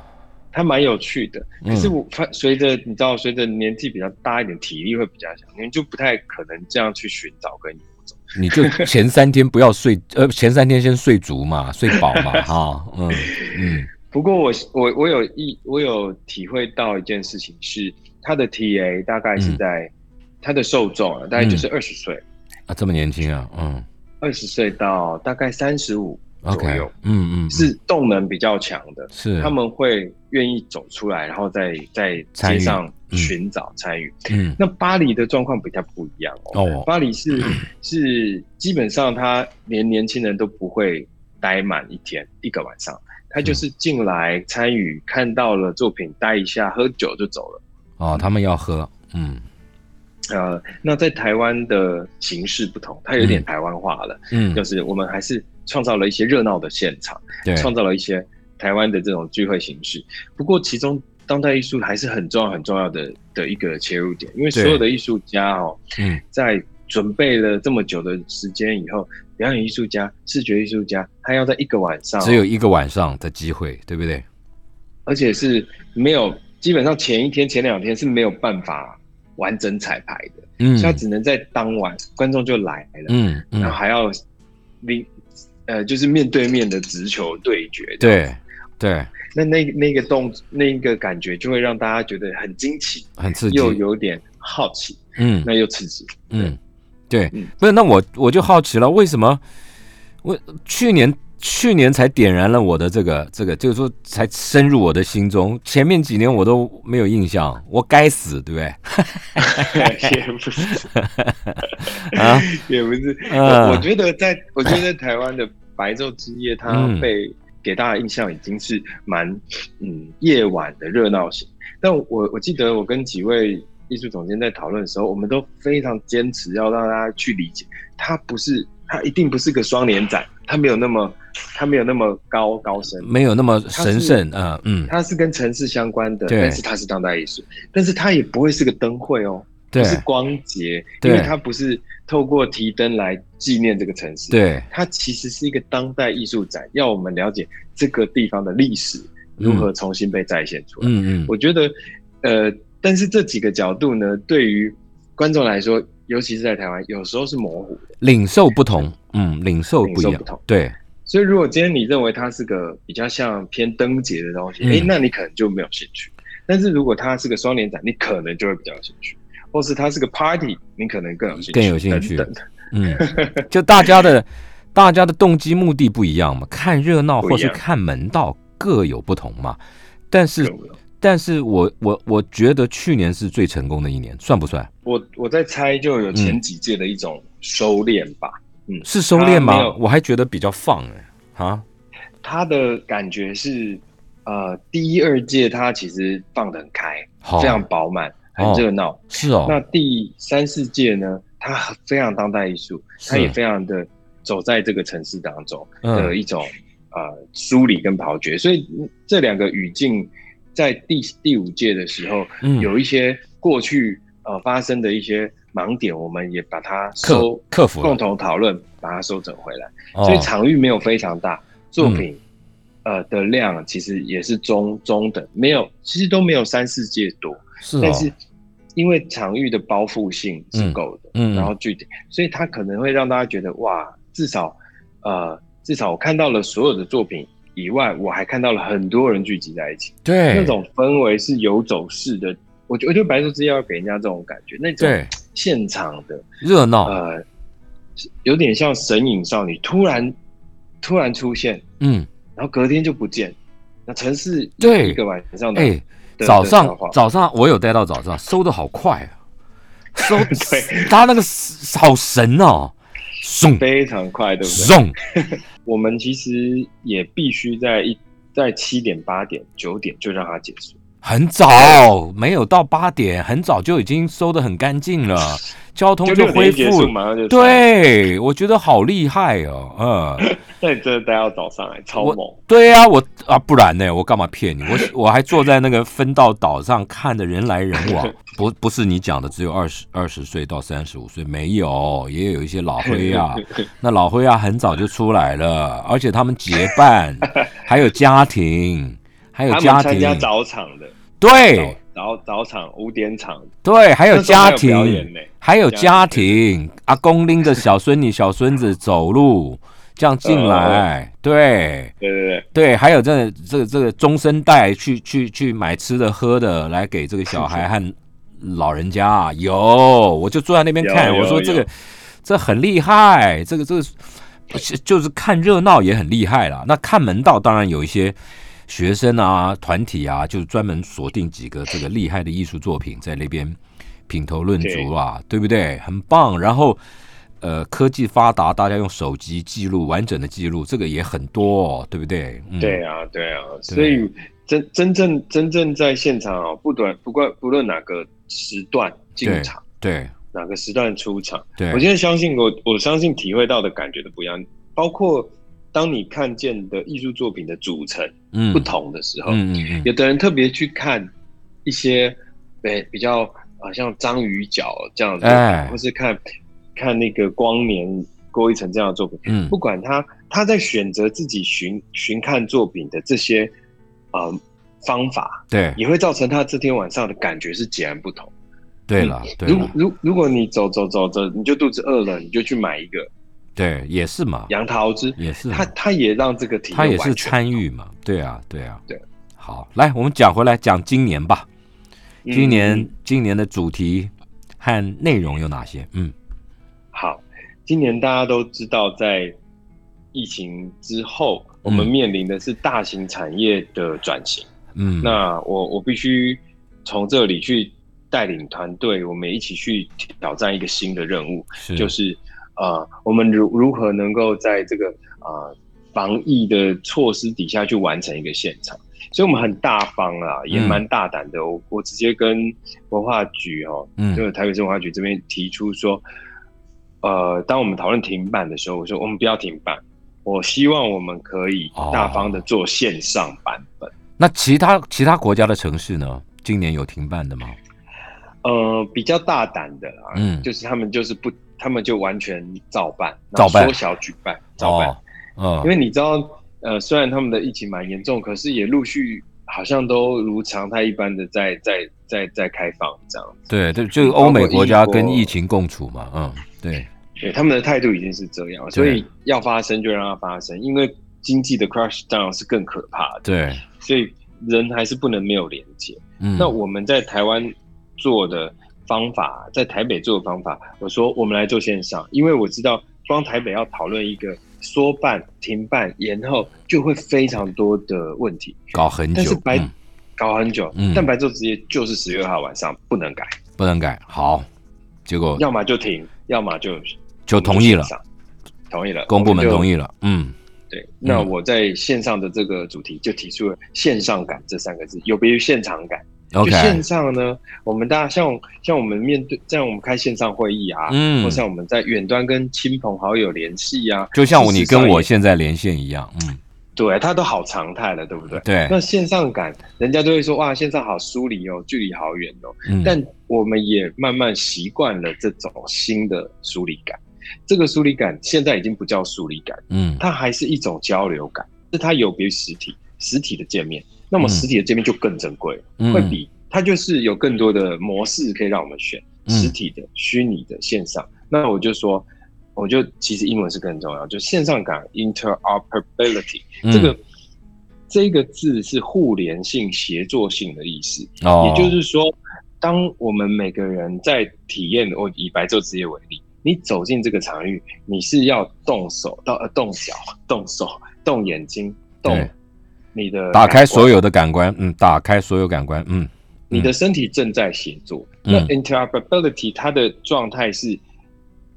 Speaker 3: 它蛮有趣的。可是
Speaker 2: 嗯
Speaker 3: 我发随着你知道，随着年纪比较大一点，体力会比较强，你就不太可能这样去寻找跟游走。
Speaker 2: 你就前三天不要睡， 呃，前三天先睡足嘛，睡饱 嘛，哈，嗯嗯，
Speaker 3: 不过我我我有一我有体会到一件事情是，他的 TA 大概
Speaker 2: 嗯
Speaker 3: 是在、他的受众啊，大概就是二十岁，
Speaker 2: 啊，这么年轻啊，嗯
Speaker 3: 二十岁到大概三十五左
Speaker 2: ，OK，
Speaker 3: 右，
Speaker 2: 嗯嗯，嗯
Speaker 3: 是动能比较强的，
Speaker 2: 是，
Speaker 3: 他们会愿意走出来，然后在在
Speaker 2: 参
Speaker 3: 街
Speaker 2: 与
Speaker 3: 上
Speaker 2: 嗯
Speaker 3: 寻找参与。
Speaker 2: 嗯
Speaker 3: 那巴黎的状况比较不一样哦，
Speaker 2: 哦
Speaker 3: 巴黎是 是基本上他连年轻人都不会待满一天一个晚上，他就是
Speaker 2: 嗯
Speaker 3: 进来参与，看到了作品待一下，喝酒就走了。
Speaker 2: 哦，他们要喝，嗯
Speaker 3: 呃，那在台湾的形式不同，它有点
Speaker 2: 嗯
Speaker 3: 台湾化了，
Speaker 2: 嗯
Speaker 3: 就，是我们还是创造了一些热闹的现场，
Speaker 2: 对，
Speaker 3: 创造了一些台湾的这种聚会形式。不过其中当代艺术还是很重要、很重要的的一个切入点，因为所
Speaker 2: 对
Speaker 3: 有的艺术家哦，
Speaker 2: 嗯，
Speaker 3: 在准备了这么久的时间以后，表演艺术家、视觉艺术家，他要在一个晚上哦，
Speaker 2: 只有一个晚上的机会，对不对？
Speaker 3: 而且是没有，基本上前一天、前两天是没有办法完整彩排的，
Speaker 2: 嗯
Speaker 3: 所以他只能在当晚观众就来了，
Speaker 2: 嗯
Speaker 3: 然后
Speaker 2: 嗯，
Speaker 3: 还要临呃就是面对面的直球对决，，
Speaker 2: 对对，
Speaker 3: 那那那个动那个感觉就会让大家觉得很惊奇，
Speaker 2: 很刺激，
Speaker 3: 又有点好奇，
Speaker 2: 嗯
Speaker 3: 那又刺 激，
Speaker 2: 嗯，对
Speaker 3: 嗯，
Speaker 2: 不是那我我就好奇了，为什么我去年去年才点燃了我的这个这个，就是说才深入我的心中，前面几年我都没有印象，我该死，对不 对？
Speaker 3: 也不是
Speaker 2: 啊，
Speaker 3: 也不是，
Speaker 2: 嗯
Speaker 3: 我我觉得在我觉得在台湾的白昼之夜，它
Speaker 2: 嗯
Speaker 3: 被给大家的印象已经是蛮嗯夜晚的热闹型。但我我记得我跟几位艺术总监在讨论的时候，我们都非常坚持要让大家去理解，它不是它一定不是个双连展，它没有那么它没有那么高高深，
Speaker 2: 没有那么
Speaker 3: 它
Speaker 2: 神
Speaker 3: 是
Speaker 2: 圣啊，嗯，
Speaker 3: 它是跟城市相关的，
Speaker 2: 对
Speaker 3: 但是它是当代艺术，但是它也不会是个灯会哦，
Speaker 2: 对
Speaker 3: 不是光节，
Speaker 2: 对
Speaker 3: 因为它不是透过提灯来纪念这个城市，，
Speaker 2: 对，
Speaker 3: 它其实是一个当代艺术展，要我们了解这个地方的历史如何重新被再现出来。
Speaker 2: 嗯嗯嗯
Speaker 3: 我觉得，呃，但是这几个角度呢，对于观众来说，尤其是在台湾，有时候是模糊的，
Speaker 2: 领受不同，嗯，领受
Speaker 3: 领
Speaker 2: 不一
Speaker 3: 受
Speaker 2: 样
Speaker 3: 不同，
Speaker 2: 对，
Speaker 3: 所以如果今天你认为它是个比较像偏灯节的东西，
Speaker 2: 嗯
Speaker 3: 诶，那你可能就没有兴趣。但是如果它是个双联展，你可能就会比较有兴趣，或是它是个 party，你可能更有兴趣，
Speaker 2: 更有兴趣
Speaker 3: 等等
Speaker 2: 嗯，就大家的大家的动机目的不一样嘛，看热闹
Speaker 3: 不一
Speaker 2: 或是
Speaker 3: 样
Speaker 2: 看门道各有不同嘛。但是
Speaker 3: 各有，
Speaker 2: 但是我我我觉得去年是最成功的一年，算不算？
Speaker 3: 我我在猜，就有前几届的一种收敛吧。
Speaker 2: 是收敛
Speaker 3: 啊没
Speaker 2: 吗？
Speaker 3: 有
Speaker 2: 我还觉得比较放哎、啊，
Speaker 3: 他的感觉是，呃，第一二届他其实放得很开，
Speaker 2: 好
Speaker 3: 非常饱满，很
Speaker 2: 哦
Speaker 3: 热闹。
Speaker 2: 是哦，
Speaker 3: 那第三四届呢，它非常当代艺术，
Speaker 2: 是
Speaker 3: 它也非常的走在这个城市当中
Speaker 2: 嗯
Speaker 3: 的一种、呃梳理跟刨掘，所以嗯这两个语境在第第五届的时候，
Speaker 2: 嗯
Speaker 3: 有一些过去呃发生的一些盲点，我们也把它
Speaker 2: 克
Speaker 3: 收
Speaker 2: 克服
Speaker 3: 共
Speaker 2: 了，
Speaker 3: 同讨论，把它收整回来。
Speaker 2: 哦嗯
Speaker 3: 所以场域没有非常大，作品、呃的量其实也是中中等，没有其实都没有三四届多，
Speaker 2: 是哦
Speaker 3: 但，是因为场域的包覆性是够的，
Speaker 2: 嗯嗯
Speaker 3: 然后具体，所以它可能会让大家觉得哇，至少呃至少我看到了所有的作品以外，我还看到了很多人聚集在一起，
Speaker 2: 对
Speaker 3: 那种氛围是游走式的。我觉我觉得白昼之夜要给人家这种感觉，那种
Speaker 2: 对
Speaker 3: 现场的
Speaker 2: 热闹，
Speaker 3: 呃，有点像神隐少女突然突然出现，
Speaker 2: 嗯，
Speaker 3: 然后隔天就不见。那城市
Speaker 2: 对
Speaker 3: 一个晚上的，
Speaker 2: 哎，
Speaker 3: 的
Speaker 2: 早
Speaker 3: 的
Speaker 2: 上
Speaker 3: 笑话
Speaker 2: 早上我有待到早上，收的好快啊， 收
Speaker 3: 对
Speaker 2: 他那个好神哦，送
Speaker 3: 非常快，对不对？
Speaker 2: 送，
Speaker 3: 我们其实也必须在一在七点、八点、九点就让它结束。
Speaker 2: 很早，没有到八点，很早就已经收的很干净了，交通
Speaker 3: 六
Speaker 2: 恢
Speaker 3: 点结
Speaker 2: 复
Speaker 3: 束，
Speaker 2: 了。
Speaker 3: 马上就散，
Speaker 2: 对，我觉得好厉害哦，嗯，
Speaker 3: 那你真的待到早上来，超
Speaker 2: 我
Speaker 3: 猛。
Speaker 2: 对呀、我啊，不然呢，我干嘛骗你？我我还坐在那个分道岛上看的人来人 往，不不是你讲的只有二十二十岁到三十五岁，没有，也有一些老灰 啊，那老灰啊很早就出来了，而且他们结 伴，还有家庭，还有
Speaker 3: 他
Speaker 2: 家
Speaker 3: 们参加
Speaker 2: 庭，
Speaker 3: 早场的，
Speaker 2: 对
Speaker 3: 早早早场五点场，
Speaker 2: 对，还有
Speaker 3: 那时候
Speaker 2: 家
Speaker 3: 还有
Speaker 2: 庭，
Speaker 3: 表演呢。
Speaker 2: 还有家庭，阿公拎着小孙女、小孙子走路这样进来，对
Speaker 3: 对对对，
Speaker 2: 对，还有这这个这个中生代去去去买吃的喝的来给这个小孩和老人家，啊有我就坐在那边看，
Speaker 3: 有有
Speaker 2: 我说这个
Speaker 3: 有
Speaker 2: 这很厉害，这个这个是就是看热闹也很厉害啦。那看门道当然有一些。学生啊，团体啊，就是专门锁定几个这个厉害的艺术作品，在那边品头论足啊，对不对？很棒。然后，呃，科技发达，大家用手机记录完整的记录，这个也很多、哦，对不对？嗯、
Speaker 3: 对啊，对啊，所以真真正真正在现场啊、不短不管不论哪个时段进
Speaker 2: 对
Speaker 3: 场，
Speaker 2: 对
Speaker 3: 哪个时段出场，
Speaker 2: 对，
Speaker 3: 我现在相信我我相信体会到的感觉都不一样，包括当你看见的艺术作品的组成
Speaker 2: 嗯
Speaker 3: 不同的时候，
Speaker 2: 嗯嗯嗯，
Speaker 3: 有的人特别去看一些，呃，比较啊像章鱼脚这样的，
Speaker 2: 哎
Speaker 3: 或是看看那个光年郭一成这样的作品，
Speaker 2: 嗯
Speaker 3: 不管他他在选择自己寻寻看作品的这些啊、呃方法，
Speaker 2: 对
Speaker 3: 也会造成他这天晚上的感觉是截然不同。
Speaker 2: 对了对
Speaker 3: 嗯
Speaker 2: 啊
Speaker 3: 如
Speaker 2: 了
Speaker 3: 如如果你走走走走，你就肚子饿了，你就去买一个
Speaker 2: 对，也是嘛，
Speaker 3: 杨桃汁，
Speaker 2: 也是嘛啊
Speaker 3: 他他也让这个体验
Speaker 2: 他也是
Speaker 3: 完全
Speaker 2: 参与嘛，对啊对啊
Speaker 3: 对。
Speaker 2: 好，来我们讲回来讲今年吧，
Speaker 3: 嗯
Speaker 2: 今年、今年的主题和内容有哪些？嗯
Speaker 3: 好，今年大家都知道，在疫情之后，我们
Speaker 2: 嗯
Speaker 3: 面临的是大型产业的转型。
Speaker 2: 嗯，
Speaker 3: 那我我必须从这里去带领团队，我们一起去挑战一个新的任务，
Speaker 2: 是
Speaker 3: 就是呃，我们如如何能够在这个呃防疫的措施底下去完成一个现场。所以我们很大方啦，也
Speaker 2: 嗯
Speaker 3: 蛮大胆的。我我直接跟文化局哦，
Speaker 2: 嗯
Speaker 3: 就是台北市文化局这边提出说，呃，当我们讨论停办的时候，我说我们不要停办，我希望我们可以
Speaker 2: 哦
Speaker 3: 大方的做线上版本。
Speaker 2: 那其他其他国家的城市呢？今年有停办的吗？
Speaker 3: 呃，比较大胆的啦，
Speaker 2: 嗯
Speaker 3: 就是他们就是不，他们就完全照办，
Speaker 2: 照办
Speaker 3: 然后缩小举办，照办。
Speaker 2: 哦，嗯，
Speaker 3: 因为你知道，呃，虽然他们的疫情蛮严重，可是也陆续好像都如常态一般的在在在在开放这样子。
Speaker 2: 对对，就是
Speaker 3: 包
Speaker 2: 欧美
Speaker 3: 括
Speaker 2: 国
Speaker 3: 英
Speaker 2: 家
Speaker 3: 国
Speaker 2: 跟疫情共处嘛，嗯，对，
Speaker 3: 对，他们的态度已经是这样，所以要发生就让它发生，因为经济的 crash down 是更可怕的，
Speaker 2: 对，
Speaker 3: 所以人还是不能没有连接。
Speaker 2: 嗯，
Speaker 3: 那我们在台湾做的方法，在台北做的方法，我说我们来做线上，因为我知道光台北要讨论一个缩办、停办、延后，就会非常多的问题，
Speaker 2: 搞很
Speaker 3: 但是
Speaker 2: 久，
Speaker 3: 白、
Speaker 2: 嗯
Speaker 3: 搞很久，
Speaker 2: 嗯
Speaker 3: 但白昼职业就是十月号晚上不能改，
Speaker 2: 不能改，好，结果
Speaker 3: 要么就停，要么就
Speaker 2: 就同意了
Speaker 3: 线，上，同意了，
Speaker 2: 公部门同
Speaker 3: 意。
Speaker 2: 意了，嗯，
Speaker 3: 对，那我在线上的这个主题就提出了线上感这三个字，有别于现场感。就
Speaker 2: OK，
Speaker 3: 线上呢，我们大家像像我们面对，像我们开线上会议啊，
Speaker 2: 嗯
Speaker 3: 或像我们在远端跟亲朋好友联系啊，
Speaker 2: 就像我你跟我
Speaker 3: 事实上也
Speaker 2: 现在连线一样，嗯，
Speaker 3: 对，它都好常态了，对不对？
Speaker 2: 对，
Speaker 3: 那线上感，人家都会说哇，线上好疏离哦，距离好远哦。
Speaker 2: 嗯，
Speaker 3: 但我们也慢慢习惯了这种新的疏离感。这个疏离感现在已经不叫疏离感，
Speaker 2: 嗯，
Speaker 3: 它还是一种交流感，是它有别于实体实体的见面。那么
Speaker 2: 嗯
Speaker 3: 实体的见面就更珍贵了。
Speaker 2: 嗯
Speaker 3: 会比它就是有更多的模式可以让我们选，
Speaker 2: 嗯
Speaker 3: 实体的、虚拟的、线上。那我就说，我就其实英文是更重要，就线上感 （interoperability）、
Speaker 2: 嗯
Speaker 3: 这个这个字是互联性、协作性的意思。
Speaker 2: 哦，
Speaker 3: 也就是说，当我们每个人在体验，我以白昼之夜为例，你走进这个场域，你是要动手、到呃动脚、动手、动眼睛、
Speaker 2: 对
Speaker 3: 动你的
Speaker 2: 打开
Speaker 3: 感官
Speaker 2: 所有的感官，嗯，打开所有感官，嗯，
Speaker 3: 你的身体正在协作。
Speaker 2: 嗯
Speaker 3: 那 interoperability 它的状态是，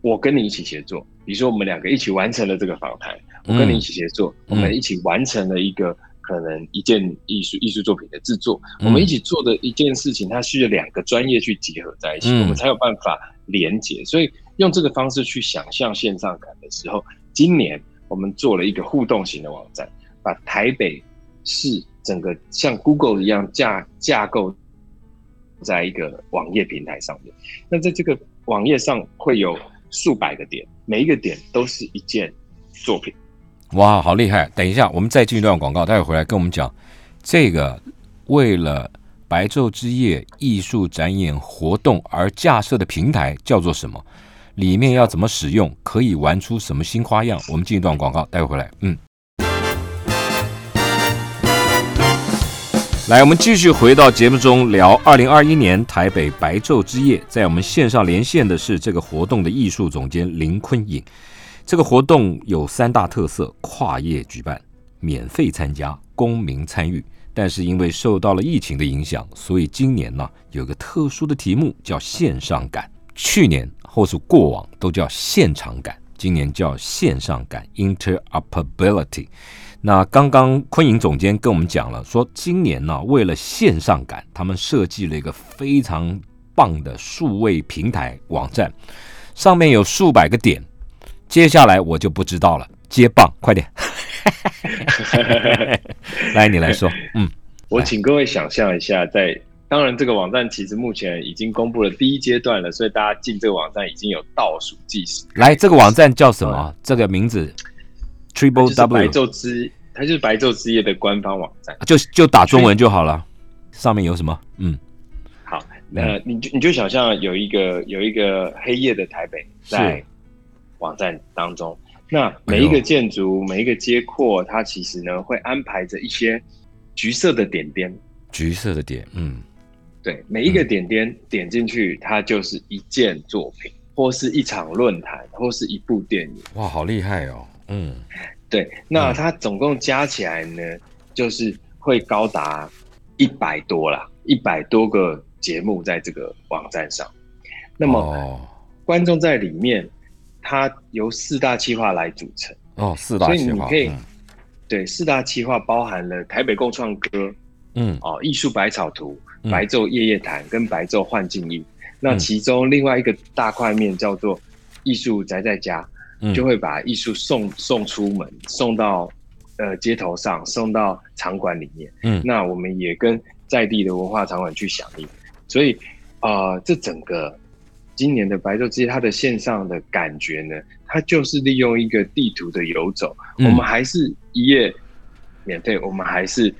Speaker 3: 我跟你一起协作，比如说我们两个一起完成了这个访谈，我
Speaker 2: 嗯
Speaker 3: 跟你一起协作，我们一起完成了一个可能一件艺术艺术作品的制作，
Speaker 2: 嗯
Speaker 3: 我们一起做的一件事情，它需要两个专业去结合在一起，
Speaker 2: 嗯
Speaker 3: 我们才有办法连接。所以用这个方式去想象线上感的时候，今年我们做了一个互动型的网站，把台北市整个像 Google 一样架架构在一个网页平台上面。那在这个网页上会有数百个点，每一个点都是一件作品。
Speaker 2: 哇，好厉害！等一下，我们再进一段广告，待会回来跟我们讲这个为了白昼之夜艺术展演活动而架设的平台叫做什么？里面要怎么使用？可以玩出什么新花样？我们进一段广告，待会回来。嗯，来，我们继续回到节目中聊二零二一年台北白昼之夜，在我们线上连线的是这个活动的艺术总监林坤颖。这个活动有三大特色：跨业举办、免费参加、公民参与。但是因为受到了疫情的影响，所以今年呢有个特殊的题目叫线上感。去年或是过往都叫现场感，今年叫线上感 （interoperability）。那刚刚昆颖总监跟我们讲了，说今年呢、为了线上感，他们设计了一个非常棒的数位平台网站， 上面有数百个点，接下来我就不知道了。接棒，快点！来，你来说，嗯，
Speaker 3: 我请各位想象一下在，当然这个网站其实目前已经公布了第一阶段了，所以大家进这个网站已经有倒数计时。
Speaker 2: 来，这个网站叫什么？这个名字
Speaker 3: 就
Speaker 2: ，Triple
Speaker 3: 是白
Speaker 2: W，
Speaker 3: 昼之，它就是白昼之夜的官方网站。
Speaker 2: 就就打中文就好了。上面有什么？嗯，
Speaker 3: 好，那你就你就想象有一个有一个黑夜的台北在网站当中，那每一个建筑、每一个街廓，它其实呢会安排着一些橘色的点点，
Speaker 2: 橘色的点，嗯，
Speaker 3: 对，每一个点点点进去，它就是一件作品，或是一场论坛，或是一部电影。
Speaker 2: 哇，好厉害哦，嗯，
Speaker 3: 对，那
Speaker 2: 嗯
Speaker 3: 它总共加起来呢，就是会高达一百多啦，一百多个节目在这个网站上。那么、
Speaker 2: 哦
Speaker 3: 观众在里面，它由四大企划来组成。
Speaker 2: 哦，四大
Speaker 3: 所以
Speaker 2: 计
Speaker 3: 你
Speaker 2: 划，
Speaker 3: 可以
Speaker 2: 嗯
Speaker 3: 对，四大企划包含了台北共创歌、
Speaker 2: 嗯
Speaker 3: 哦艺术百草图、
Speaker 2: 嗯
Speaker 3: 白昼夜夜谈跟白昼幻境音。那
Speaker 2: 嗯
Speaker 3: 其中另外一个大块面叫做艺术宅在家，
Speaker 2: 嗯，
Speaker 3: 就会把艺术送送出门，送到呃街头上，送到场馆里面。
Speaker 2: 嗯
Speaker 3: 那我们也跟在地的文化场馆去响应，所以啊、呃这整个今年的白昼之夜，它的线上的感觉呢，它就是利用一个地图的游走，
Speaker 2: 嗯
Speaker 3: 我们还是一夜免费，我们还是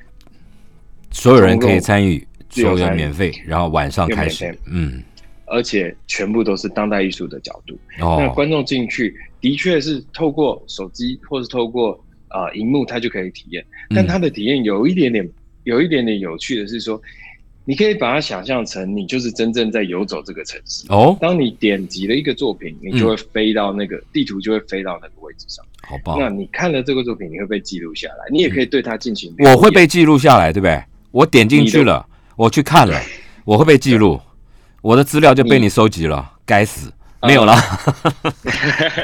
Speaker 2: 所有人可以参与，
Speaker 3: 自由
Speaker 2: 所有人
Speaker 3: 参与
Speaker 2: 免费，然后晚上
Speaker 3: 又
Speaker 2: 开
Speaker 3: 免
Speaker 2: 始
Speaker 3: 费，
Speaker 2: 嗯，
Speaker 3: 而且全部都是当代艺术的角度。那
Speaker 2: 哦，
Speaker 3: 观众进去的确是透过手机或是透过呃荧幕，他就可以体验。但
Speaker 2: 嗯
Speaker 3: 他的体验有一点点，有一点点有趣的是说，你可以把它想象成你就是真正在游走这个城市。
Speaker 2: 哦，嗯
Speaker 3: 当你点击了一个作品，你就会飞到那个、地图，就会飞到那个位置上。
Speaker 2: 好棒，
Speaker 3: 那你看了这个作品，你会被记录下来，你也可以对它进行、
Speaker 2: 嗯我会被记录下来，对不对？我点进去了，我去看 了，我会被记录，我的资料就被你收集了，该死，
Speaker 3: 嗯
Speaker 2: 没有了，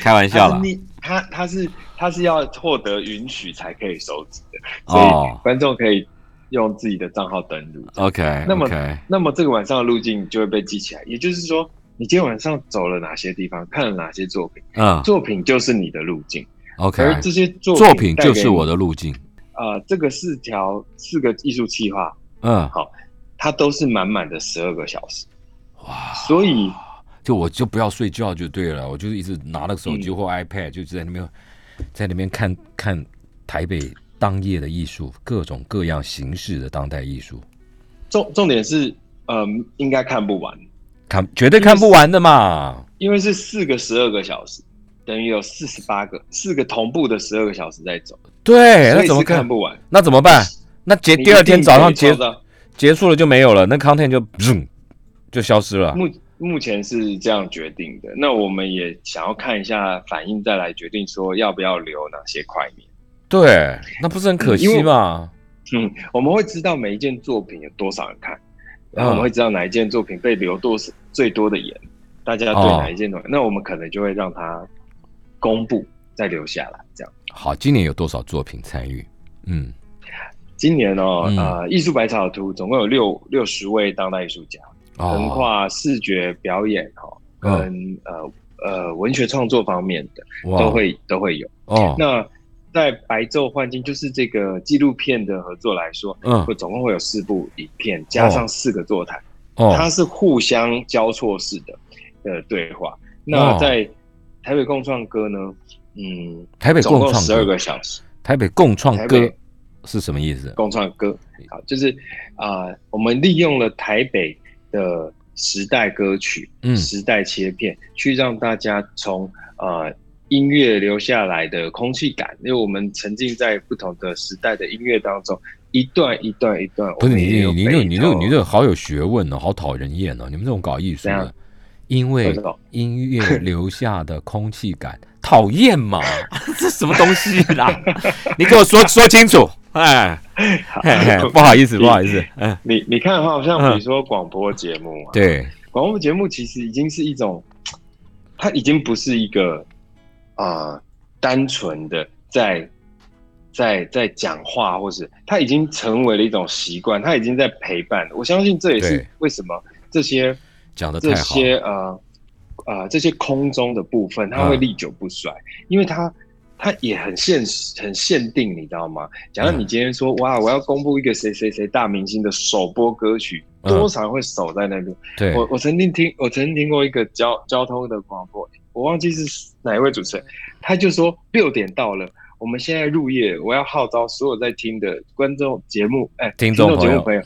Speaker 2: 开玩笑
Speaker 3: 它是
Speaker 2: 了，
Speaker 3: 啊你他他是他是要获得允许才可以收集的，所
Speaker 2: 哦
Speaker 3: 以观众可以用自己的账号登录。
Speaker 2: ，OK，
Speaker 3: 那么
Speaker 2: OK，
Speaker 3: 那么这个晚上的路径就会被记起来，也就是说，你今天晚上走了哪些地方，看了哪些作品，
Speaker 2: 嗯
Speaker 3: 作品就是你的路径，而
Speaker 2: ，OK，
Speaker 3: 这些作
Speaker 2: 作品就是我
Speaker 3: 的。
Speaker 2: 的路径，
Speaker 3: 呃，这个四条四个艺术计划，
Speaker 2: 嗯，
Speaker 3: 它都是满满的十二个小时，
Speaker 2: 哇，
Speaker 3: 所以
Speaker 2: 就我就不要睡觉就对了，我就是一直拿了手机
Speaker 3: 嗯
Speaker 2: 或 iPad，、就在那边在那边看看台北当夜的艺术，各种各样形式的当代艺术，
Speaker 3: 重重点是，嗯，应该看不完，
Speaker 2: 看绝对看不完的嘛。
Speaker 3: 因为是四个十二个小时，等于有四十八个四个同步的十二个小时在走，
Speaker 2: 对，
Speaker 3: 所
Speaker 2: 哎那
Speaker 3: 以
Speaker 2: 怎么
Speaker 3: 是
Speaker 2: 看
Speaker 3: 看？不完。
Speaker 2: 那怎么办？那结
Speaker 3: 你
Speaker 2: 第二
Speaker 3: 一定
Speaker 2: 天早
Speaker 3: 可
Speaker 2: 上
Speaker 3: 以
Speaker 2: 结
Speaker 3: 创造
Speaker 2: 结束了就没有了，那 content 就嗯就消失了。
Speaker 3: 目目前是这样决定的，那我们也想要看一下反应，再来决定说要不要留哪些块面。
Speaker 2: 对，那不是很可惜吗？
Speaker 3: 嗯，我们会知道每一件作品有多少人看，然后
Speaker 2: 嗯
Speaker 3: 我们会知道哪一件作品被留多是最多的眼，大家对
Speaker 2: 哦
Speaker 3: 哪一件作品，那我们可能就会让它公布再留下来。这样，
Speaker 2: 好，今年有多少作品参与？嗯，
Speaker 3: 今年哦，
Speaker 2: 嗯
Speaker 3: 呃，艺术百草图总共有六六十位当代艺术家，横
Speaker 2: 哦，嗯
Speaker 3: 跨视觉表演哦，跟、呃呃文学创作方面的
Speaker 2: 哇
Speaker 3: 都会都会有。
Speaker 2: 哦，
Speaker 3: 那在白昼幻境，就是这个纪录片的合作来说，
Speaker 2: 嗯
Speaker 3: 会总共会有四部影片，加上四个座谈。它
Speaker 2: 哦，
Speaker 3: 是互相交错式的呃对话。
Speaker 2: 哦
Speaker 3: 那在台北共创歌呢，嗯，
Speaker 2: 台北
Speaker 3: 总
Speaker 2: 共
Speaker 3: 共
Speaker 2: 创
Speaker 3: 十二
Speaker 2: 歌
Speaker 3: 个，小时。
Speaker 2: 台北共创
Speaker 3: 台
Speaker 2: 歌
Speaker 3: 北
Speaker 2: 是什么意思？
Speaker 3: 共创歌，好，就是啊、呃我们利用了台北的时代歌曲、
Speaker 2: 嗯
Speaker 3: 时代切片，去让大家从呃音乐留下来的空气感，因为我们沉浸在不同的时代的音乐当中，一段一段一段，
Speaker 2: 不是
Speaker 3: 我们
Speaker 2: 你
Speaker 3: 也
Speaker 2: 这
Speaker 3: 有
Speaker 2: 你
Speaker 3: 被
Speaker 2: 这你
Speaker 3: 一
Speaker 2: 这
Speaker 3: 套
Speaker 2: 你这好有学问哦，好讨人厌哦！你们这种搞艺术
Speaker 3: 怎
Speaker 2: 的
Speaker 3: 样，
Speaker 2: 因为
Speaker 3: 不知道
Speaker 2: 音乐留下的空气感，讨厌嘛？ 这什么东西啦？ 你给我说说清楚！哎，嘿嘿不好意思，不好意 思，嗯，
Speaker 3: 你你看的话，好像
Speaker 2: 嗯
Speaker 3: 比如说广播节目、啊，
Speaker 2: 对，
Speaker 3: 广播节目其实已经是一种，它已经不是一个啊、呃单纯的在在在讲话，或是它已经成为了一种习惯，它已经在陪伴。我相信这也是
Speaker 2: 对
Speaker 3: 为什么这些
Speaker 2: 讲的
Speaker 3: 这
Speaker 2: 太好，
Speaker 3: 些呃呃这些空中的部分，它会
Speaker 2: 嗯
Speaker 3: 历久不衰，因为它它也很限很限定，你知道吗？假
Speaker 2: 嗯
Speaker 3: 如你今天说、哇，我要公布一个谁谁谁大明星的首播歌曲，
Speaker 2: 嗯
Speaker 3: 多少人会守在那边？
Speaker 2: 对，
Speaker 3: 我我曾经听我曾经听过一个交交通的广播，我忘记是哪一位主持人，他就说六点到了，我们现在入夜，我要号召所有在听的观众节目，哎、
Speaker 2: 听众
Speaker 3: 节
Speaker 2: 朋友
Speaker 3: 目朋友。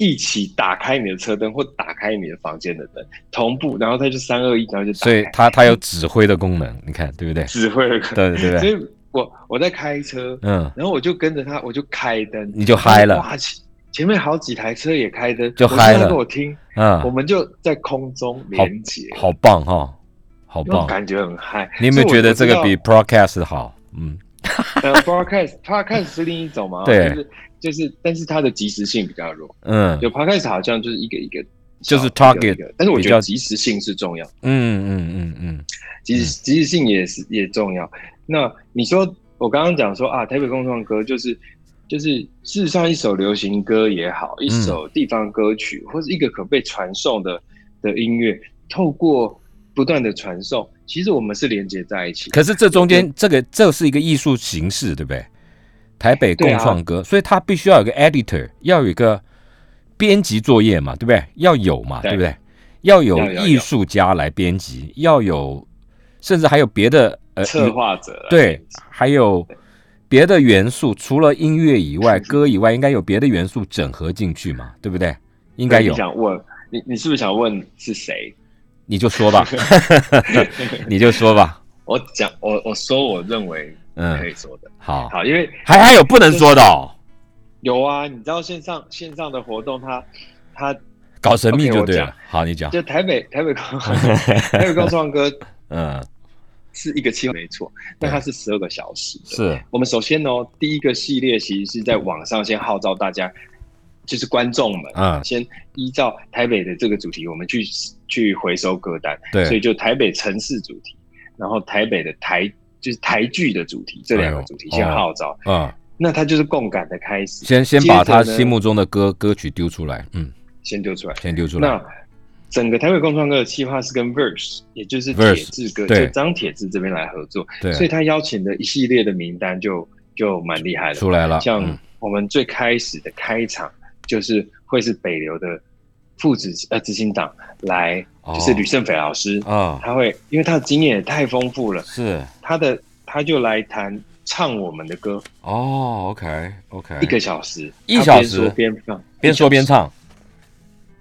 Speaker 3: 一起打开你的车灯，或打开你的房间的灯，同步，然后他就三二一，然后就打
Speaker 2: 所以
Speaker 3: 开
Speaker 2: 它它有指挥的功能，你看对不对？
Speaker 3: 指挥了。
Speaker 2: 对对不
Speaker 3: 所
Speaker 2: 对？
Speaker 3: 以我我在开车，
Speaker 2: 嗯，
Speaker 3: 然后我就跟着他，我就开灯，
Speaker 2: 你就嗨了，
Speaker 3: 哇，前前面好几台车也开灯，
Speaker 2: 就嗨了
Speaker 3: 我说那给我听，我
Speaker 2: 嗯，
Speaker 3: 们就在空中连接，
Speaker 2: 好棒哈、好
Speaker 3: 那种
Speaker 2: 棒！
Speaker 3: 感觉很嗨。
Speaker 2: 你有没有觉得这个比
Speaker 3: 所
Speaker 2: broadcast 好？嗯，
Speaker 3: 以我知道呃 podcast podcast 是另一种嘛？
Speaker 2: 对
Speaker 3: 就是就是，但是它的及时性比较弱。
Speaker 2: 嗯
Speaker 3: 有 podcast 好像就是一个一个，
Speaker 2: 就是
Speaker 3: 一个一
Speaker 2: target
Speaker 3: 个但是我
Speaker 2: 比
Speaker 3: 觉
Speaker 2: 较
Speaker 3: 得及时性是重要，
Speaker 2: 嗯嗯嗯嗯
Speaker 3: 及时及时性也是也重要。那你说我刚刚讲说啊，台北共创歌就是。就是事实上，一首流行歌也好，
Speaker 2: 嗯
Speaker 3: 一首地方歌曲，或是一个可被传送的的音乐，透过不断的传送，其实我们是连接在一起的。
Speaker 2: 可是这中间这个这是一个艺术形式，对不对？台北
Speaker 3: 啊
Speaker 2: 共创歌，所以它必须要有个 editor，要有一个编辑作业嘛，对不对？要有嘛，
Speaker 3: 对
Speaker 2: 对不对？要有
Speaker 3: 要有
Speaker 2: 艺术家来编辑，要有，甚至还有别的呃
Speaker 3: 策划者啊来
Speaker 2: 对，还有别的元素，除了音乐以外、歌以外，应该有别的元素整合进去嘛，对不对？应该有
Speaker 3: 你，想问你，你是不是想问是谁？
Speaker 2: 你就说 吧， 你就说吧，
Speaker 3: 我讲，我我说我认为可
Speaker 2: 嗯
Speaker 3: 以，说的。
Speaker 2: 好，
Speaker 3: 好，因为
Speaker 2: 还还有不能说的哦，
Speaker 3: 有啊，你知道线上线上的活动它，它
Speaker 2: 搞神秘
Speaker 3: OK，
Speaker 2: 就
Speaker 3: 我
Speaker 2: 对
Speaker 3: 讲
Speaker 2: 了。好，你讲，
Speaker 3: 就台北台北 高台北高创歌
Speaker 2: 嗯，
Speaker 3: 是一个计划没错，但它是十二个小时的。
Speaker 2: 是，
Speaker 3: 我们首先呢，第一个系列其实是在网上先号召大家，就是观众们，
Speaker 2: 嗯
Speaker 3: 先依照台北的这个主题，我们去去回收歌单，
Speaker 2: 对
Speaker 3: 所以就台北城市主题，然后台北的台就是台剧的主题，这两个主题
Speaker 2: 哎呦
Speaker 3: 先
Speaker 2: 哦
Speaker 3: 号召，
Speaker 2: 嗯，
Speaker 3: 那它就是共感的开始，
Speaker 2: 先先把他
Speaker 3: 接着呢
Speaker 2: 心目中的歌歌曲丢出来，嗯，
Speaker 3: 先丢出来。
Speaker 2: 先丢出来
Speaker 3: 那，整个台北共创歌的计划是跟 Verse，也就是铁
Speaker 2: Verse，
Speaker 3: 志哥，
Speaker 2: 对
Speaker 3: 就张铁志这边来合作，所以
Speaker 2: 对，
Speaker 3: 他邀请的一系列的名单就就蛮厉害的，
Speaker 2: 出来了，
Speaker 3: 像
Speaker 2: 嗯
Speaker 3: 我们最开始的开场，就是会是北流的副执呃执行长来，
Speaker 2: 哦
Speaker 3: 就是吕胜斐老师，
Speaker 2: 啊，
Speaker 3: 他会因为他的经验也太丰富了，
Speaker 2: 是，
Speaker 3: 他的他就来弹唱我们的歌，
Speaker 2: 哦，OK OK，
Speaker 3: 一个小时，
Speaker 2: 一
Speaker 3: 他
Speaker 2: 小时
Speaker 3: 边说边放，
Speaker 2: 边说边唱，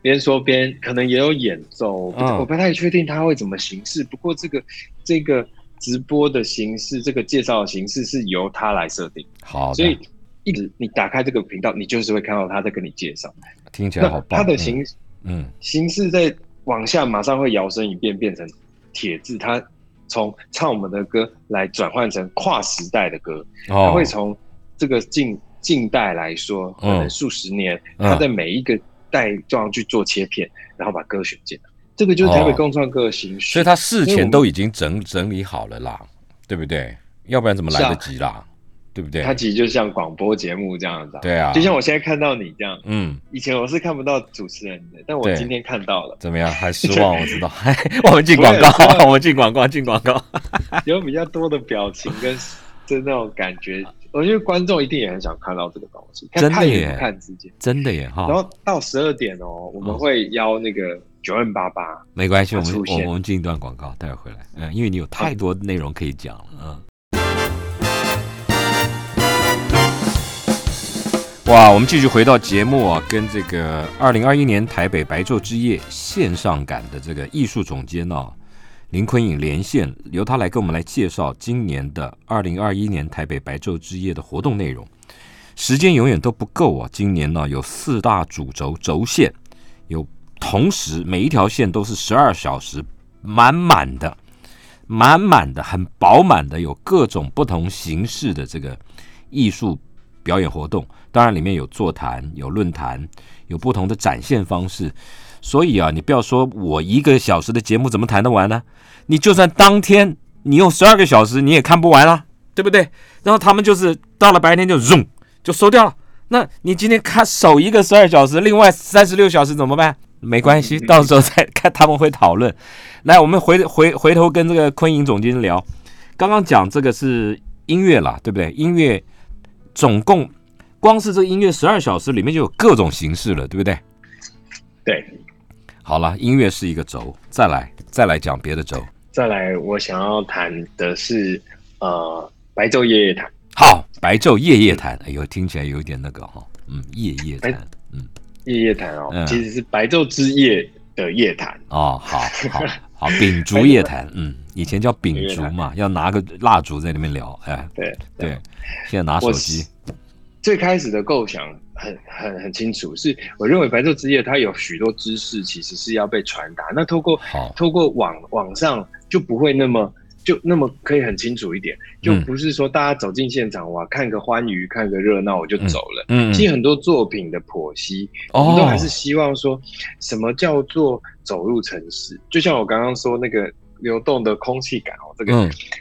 Speaker 3: 边说边可能也有演奏，我不、
Speaker 2: 嗯
Speaker 3: 我不太确定他会怎么形式，不过这个这个直播的形式，这个介绍的形式是由他来设定，
Speaker 2: 好
Speaker 3: 所以
Speaker 2: 的，
Speaker 3: 一直你打开这个频道，你就是会看到他在跟你介绍。
Speaker 2: 听起来好
Speaker 3: 那
Speaker 2: 棒，
Speaker 3: 它的
Speaker 2: 嗯
Speaker 3: 形
Speaker 2: 嗯，
Speaker 3: 形式在往下马上会摇身一变，变成铁字，它从唱我们的歌来转换成跨时代的歌，它
Speaker 2: 哦，
Speaker 3: 会从这个近近代来说，可能
Speaker 2: 嗯
Speaker 3: 数十年，
Speaker 2: 嗯
Speaker 3: 它在每一个带状去做切片，然后把歌选进来。这个就是台北
Speaker 2: 哦
Speaker 3: 共创歌的形式，
Speaker 2: 所以他事前都已经整整理好了啦，对不对？要不然怎么来得
Speaker 3: 啊
Speaker 2: 及啦？对不对？
Speaker 3: 它其实就像广播节目这样子啊、
Speaker 2: 对啊，
Speaker 3: 就像我现在看到你这样，
Speaker 2: 嗯，
Speaker 3: 以前我是看不到主持人的，但我
Speaker 2: 对
Speaker 3: 今天看到了，
Speaker 2: 怎么样？还 失望？我知道， 我们进广告，我们进广告，进广 告。
Speaker 3: 有比较多的表情跟 就那种感觉。我觉得观众一定也很想看到这个东西，看
Speaker 2: 真的
Speaker 3: 看也
Speaker 2: 耶哦
Speaker 3: 不看直接。
Speaker 2: 真的耶
Speaker 3: 然
Speaker 2: 哈，
Speaker 3: 后到十二点哦，我们
Speaker 2: 嗯
Speaker 3: 会邀那个九万八八，
Speaker 2: 没关系，我
Speaker 3: 它
Speaker 2: 们
Speaker 3: 出
Speaker 2: 我
Speaker 3: 现
Speaker 2: 我们进一段广告，待会儿回来。嗯，因为你有太多内容可以讲了，嗯。哇，我们继续回到节目啊，跟这个二零二一年台北白昼之夜线上感的这个艺术总监啊，林坤颖连线，由他来跟我们来介绍今年的二零二一年台北白昼之夜的活动内容。时间永远都不够啊，今年呢、有四大主轴轴线，有同时每一条线都是十二小时，满满的、满满的、很饱满的，有各种不同形式的这个艺术表演活动。当然，里面有座谈、有论坛、有不同的展现方式。所以啊，你不要说我一个小时的节目怎么谈得完呢？你就算当天你用十二个小时，你也看不完啊，对不对？然后他们就是到了白天就 zoom 就收掉了。那你今天看守一个十二小时，另外三十六小时怎么办？没关系，到时候再看他们会讨论。来，我们回回回头跟这个坤颖总监聊。刚刚讲这个是音乐啦，对不对？音乐总共光是这音乐十二小时里面就有各种形式了，对不对？
Speaker 3: 对，
Speaker 2: 好了，音乐是一个轴，再来再来讲别的轴。
Speaker 3: 再来，我想要谈的是呃，白昼夜夜谈。
Speaker 2: 好，白昼夜夜谈，哎呦，听起来有点那个哈，嗯，夜夜
Speaker 3: 哎
Speaker 2: 谈，嗯，
Speaker 3: 夜夜谈哦，
Speaker 2: 嗯
Speaker 3: 其实是白昼之夜的夜谈。
Speaker 2: 哦， 好好好，秉烛夜谈，嗯，以前叫秉
Speaker 3: 夜
Speaker 2: 烛
Speaker 3: 谈
Speaker 2: 嘛，要拿个蜡烛在里面聊，哎，
Speaker 3: 对
Speaker 2: 对，现在拿手
Speaker 3: 我
Speaker 2: 机
Speaker 3: 是，最开始的构想很很很清楚，是我认为白昼之夜它有许多知识其实是要被传达，那透过
Speaker 2: 好，
Speaker 3: 透过网网上就不会那么就那么可以很清楚一点，就
Speaker 2: 嗯
Speaker 3: 不是说大家走进现场哇看个欢愉看个热闹我就走了。
Speaker 2: 嗯，
Speaker 3: 其实很多作品的剖析，我们都
Speaker 2: 哦
Speaker 3: 还，是希望说什么叫做走入城市，就像我刚刚说那个流动的空气感哦，这个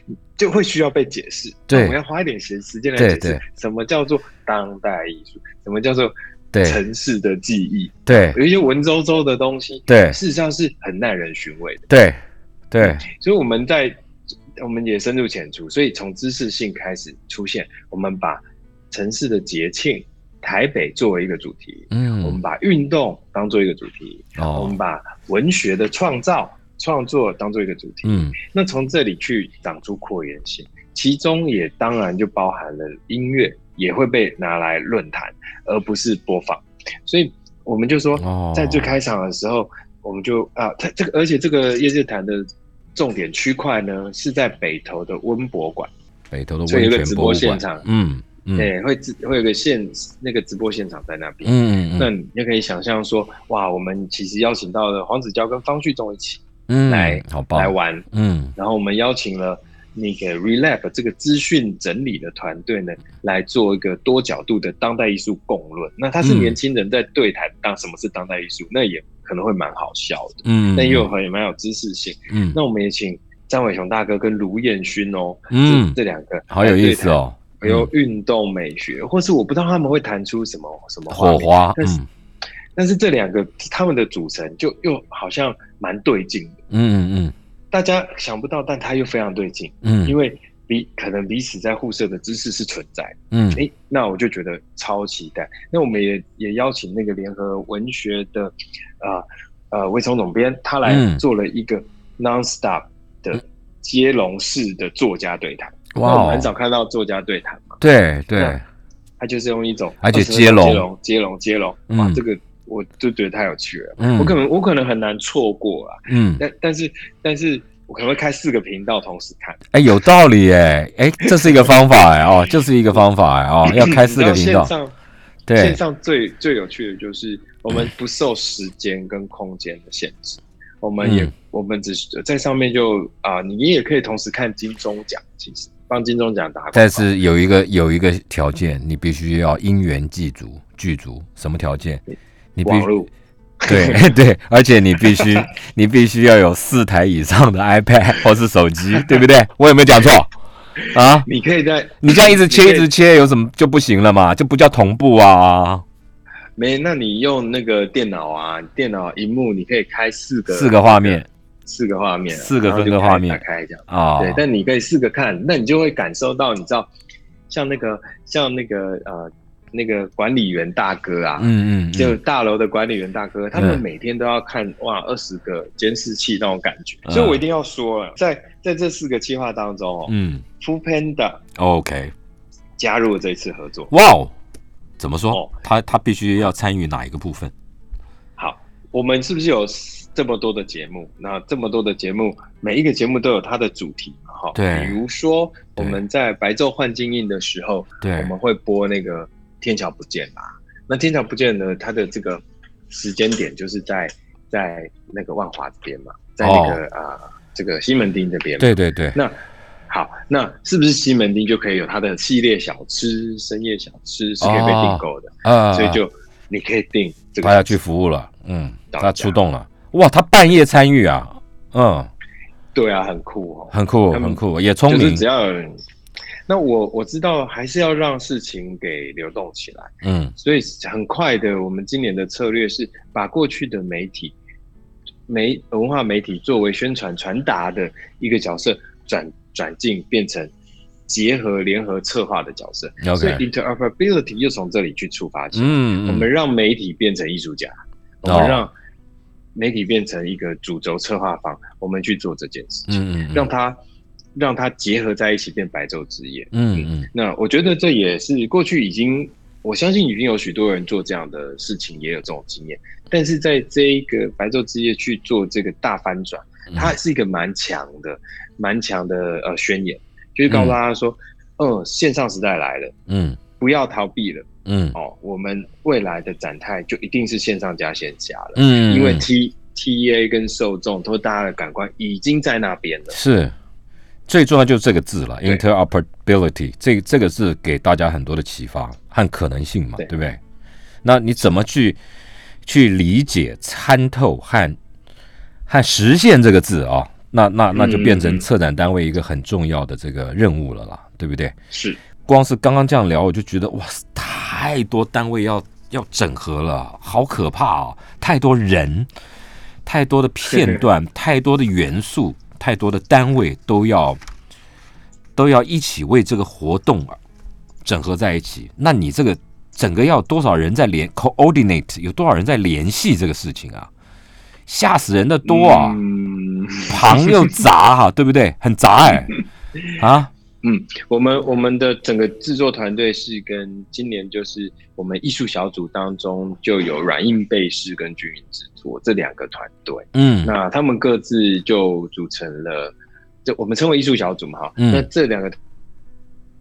Speaker 2: 嗯，
Speaker 3: 就会需要被解释。
Speaker 2: 对
Speaker 3: 我们要花一点时时间来
Speaker 2: 对
Speaker 3: 解释
Speaker 2: 对
Speaker 3: 什么叫做当代艺术，什么叫做
Speaker 2: 对
Speaker 3: 城市的记忆，
Speaker 2: 对
Speaker 3: 有一些文绉绉的东西，
Speaker 2: 对
Speaker 3: 事实上是很耐人寻味的。
Speaker 2: 对对，
Speaker 3: 所以我们在我们也深入浅出，所以从知识性开始出现，我们把城市的节庆。台北作为一个主题，我们
Speaker 2: 嗯，
Speaker 3: 把运动当做一个主题，我
Speaker 2: 哦
Speaker 3: 们，把文学的创造、创作当做一个主题。
Speaker 2: 嗯
Speaker 3: 那从这里去长出扩延性，其中也当然就包含了音乐也会被拿来论坛，而不是播放。所以我们就说
Speaker 2: 哦，
Speaker 3: 在最开场的时候，我们就啊，它这个而且这个夜日谈的重点区块呢是在北投的温博馆，
Speaker 2: 北投的
Speaker 3: 所以
Speaker 2: 温
Speaker 3: 有个
Speaker 2: 泉
Speaker 3: 直
Speaker 2: 博
Speaker 3: 播
Speaker 2: 物
Speaker 3: 现
Speaker 2: 馆，
Speaker 3: 场，
Speaker 2: 嗯嗯
Speaker 3: 对，会直会有个现那个直播现场在那边。
Speaker 2: 嗯
Speaker 3: 那
Speaker 2: 嗯
Speaker 3: 你就可以想象说，哇，我们其实邀请到了黄子佼跟方旭中一起
Speaker 2: 嗯，
Speaker 3: 来
Speaker 2: 好棒
Speaker 3: 来，玩，
Speaker 2: 嗯
Speaker 3: 然后我们邀请了那个 Relab 这个资讯整理的团队呢，来做一个多角度的当代艺术共论。那他是
Speaker 2: 嗯
Speaker 3: 年轻人在对谈当什么是当代艺术，那也可能会蛮好笑的，
Speaker 2: 嗯，
Speaker 3: 但又很蛮有知识性。
Speaker 2: 嗯
Speaker 3: 那我们也请张伟雄大哥跟卢彦勋哦，
Speaker 2: 嗯
Speaker 3: 这这两个
Speaker 2: 好有意思哦，
Speaker 3: 来对谈。还有运动美学，或是我不知道他们会谈出什么什么
Speaker 2: 嗯
Speaker 3: 画
Speaker 2: 火
Speaker 3: 面
Speaker 2: 花，
Speaker 3: 但是
Speaker 2: 嗯
Speaker 3: 但是这两个他们的组成就又好像蛮对劲的，
Speaker 2: 嗯嗯
Speaker 3: 大家想不到，但他又非常对劲，
Speaker 2: 嗯，
Speaker 3: 因
Speaker 2: 为
Speaker 3: 为彼可能彼此在互射的知识是存在的。
Speaker 2: 嗯
Speaker 3: 诶，那我就觉得超期待。那我们也也邀请那个联合文学的啊呃魏聪总编，他来
Speaker 2: 嗯
Speaker 3: 做了一个 nonstop 的接龙式的作家对谈。
Speaker 2: 哇哦
Speaker 3: 那我们很少看到作家对谈嘛，
Speaker 2: 对对，
Speaker 3: 他就是用一种
Speaker 2: 而且接
Speaker 3: 20分钟
Speaker 2: 龙
Speaker 3: 接龙接龙接龙，哇，
Speaker 2: 嗯
Speaker 3: 这个我就觉得太有趣了。
Speaker 2: 嗯
Speaker 3: 我可能我可能很难错过啊，
Speaker 2: 嗯，
Speaker 3: 但但是但是我可能会开四个频道同时看，
Speaker 2: 哎，有道理哎，哎，这是一个方法哎哦，这是一个方法哎哦，要开四个频
Speaker 3: 你
Speaker 2: 道
Speaker 3: 知，道线上
Speaker 2: 对
Speaker 3: 线，上最最有趣的就是我们不受时间跟空间的限制，我们也、
Speaker 2: 嗯
Speaker 3: 我们只是在上面就啊、你也可以同时看金钟奖，其实帮金钟奖打广告
Speaker 2: 但是有一个有一个条件，你必须要因缘具足具足，什么条件？你必
Speaker 3: 网络
Speaker 2: 对 对，而且你必须你必须要有四台以上的 iPad 或是手机，对不对？我有没有讲错啊？
Speaker 3: 你可以在
Speaker 2: 你这样一直切
Speaker 3: 你
Speaker 2: 一
Speaker 3: 可以
Speaker 2: 直切，有什么就不行了嘛？就不叫同步啊！
Speaker 3: 没，那你用那个电脑啊，电脑荧幕你可以开四个
Speaker 2: 四个画面
Speaker 3: 四个画面啊，
Speaker 2: 四个
Speaker 3: 然
Speaker 2: 分
Speaker 3: 后就
Speaker 2: 割
Speaker 3: 开
Speaker 2: 画面
Speaker 3: 打开这样。
Speaker 2: 啊，
Speaker 3: 对，但你可以试个看，那你就会感受到，你知道，像那个像那个呃那个管理员大哥啊，
Speaker 2: 嗯嗯，
Speaker 3: 就
Speaker 2: 嗯
Speaker 3: 大楼的管理员大哥，他们
Speaker 2: 嗯
Speaker 3: 每天都要看哇二十个监视器那种感觉，
Speaker 2: 嗯
Speaker 3: 所以我一定要说了，在在这四个计划当中哦、
Speaker 2: 嗯
Speaker 3: f o o Panda
Speaker 2: ，OK，
Speaker 3: 加入了这一次合作。
Speaker 2: 哇哦，怎么说
Speaker 3: 哦？
Speaker 2: 他他必须要参与哪一个部分？
Speaker 3: 好，我们是不是有这么多的节目？那这么多的节目，每一个节目都有它的主题嘛哈。
Speaker 2: 对
Speaker 3: 比如说我
Speaker 2: 对
Speaker 3: 们在白昼幻境印的时候，我
Speaker 2: 对，
Speaker 3: 们会播那个《天桥不见》啦。那《天桥不见》呢，它的这个时间点就是在在那个万华这边嘛，在那个啊、呃这个西门町这边。，
Speaker 2: 哦对对对，
Speaker 3: 那好，那是不是西门町就可以有它的系列小吃、深夜小吃是可以被订购的？
Speaker 2: 啊，哎
Speaker 3: 所以就你可以订这个。
Speaker 2: 他要去服务了，嗯，
Speaker 3: 到
Speaker 2: 他
Speaker 3: 家
Speaker 2: 出动了，哇，他半夜参与啊，嗯，
Speaker 3: 对啊，很酷哦，
Speaker 2: 很酷，
Speaker 3: 他们
Speaker 2: 很酷，也聪
Speaker 3: 就是
Speaker 2: 明
Speaker 3: 只，要有人。那我我知道还是要让事情给流动起来。
Speaker 2: 嗯
Speaker 3: 所以很快的，我们今年的策略是把过去的媒体、媒文化媒体作为宣传传达的一个角色，转转进变成结合联合策划的角色。
Speaker 2: OK
Speaker 3: 所以 interoperability 又从这里去出发起，
Speaker 2: 嗯嗯
Speaker 3: 我
Speaker 2: 哦
Speaker 3: 们让媒体变成艺术家，我们让媒体变成一个主轴策划方，我们去做这件事情，
Speaker 2: 嗯嗯，
Speaker 3: 让它让它结合在一起变白昼之夜。
Speaker 2: 嗯嗯
Speaker 3: 那我觉得这也是过去已经，我相信已经有许多人做这样的事情，也有这种经验。但是在这一个白昼之夜去做这个大翻转，
Speaker 2: 嗯
Speaker 3: 它是一个蛮强的、蛮强的呃宣言，就是告诉大家说，嗯、线上时代来了，
Speaker 2: 嗯
Speaker 3: 不要逃避了
Speaker 2: 嗯
Speaker 3: 哦，我们未来的展态就一定是线上加线下了，
Speaker 2: 嗯，
Speaker 3: 因为 T T A 跟受众都大家的感官已经在那边了。
Speaker 2: 是最重要就是这个字了
Speaker 3: 对
Speaker 2: ，interoperability 这这个字给大家很多的启发和可能性嘛，对
Speaker 3: 对
Speaker 2: 不对？那你怎么去去理解、参透和和实现这个字啊、那那那就变成
Speaker 3: 嗯
Speaker 2: 策展单位一个很重要的这个任务了啦，对不对？
Speaker 3: 是，
Speaker 2: 光是刚刚这样聊，我就觉得哇，太多单位要要整合了，好可怕哦！太多人，太多的片 段，太多的元素，太多的单位都要都要一起为这个活动整合在一起。那你这个整个要多少人在联 coordinate，有多少人在联系这个事情啊？吓死人的多 啊！
Speaker 3: 嗯。
Speaker 2: 旁又杂哈、对不对？很杂 哎、啊，
Speaker 3: 我们我们的整个制作团队是跟今年就是我们艺术小组当中就有软硬背式跟均匀制作这两个团队，
Speaker 2: 嗯
Speaker 3: 那他们各自就组成了，就我们称为艺术小组嘛哈。
Speaker 2: 嗯
Speaker 3: 那这两个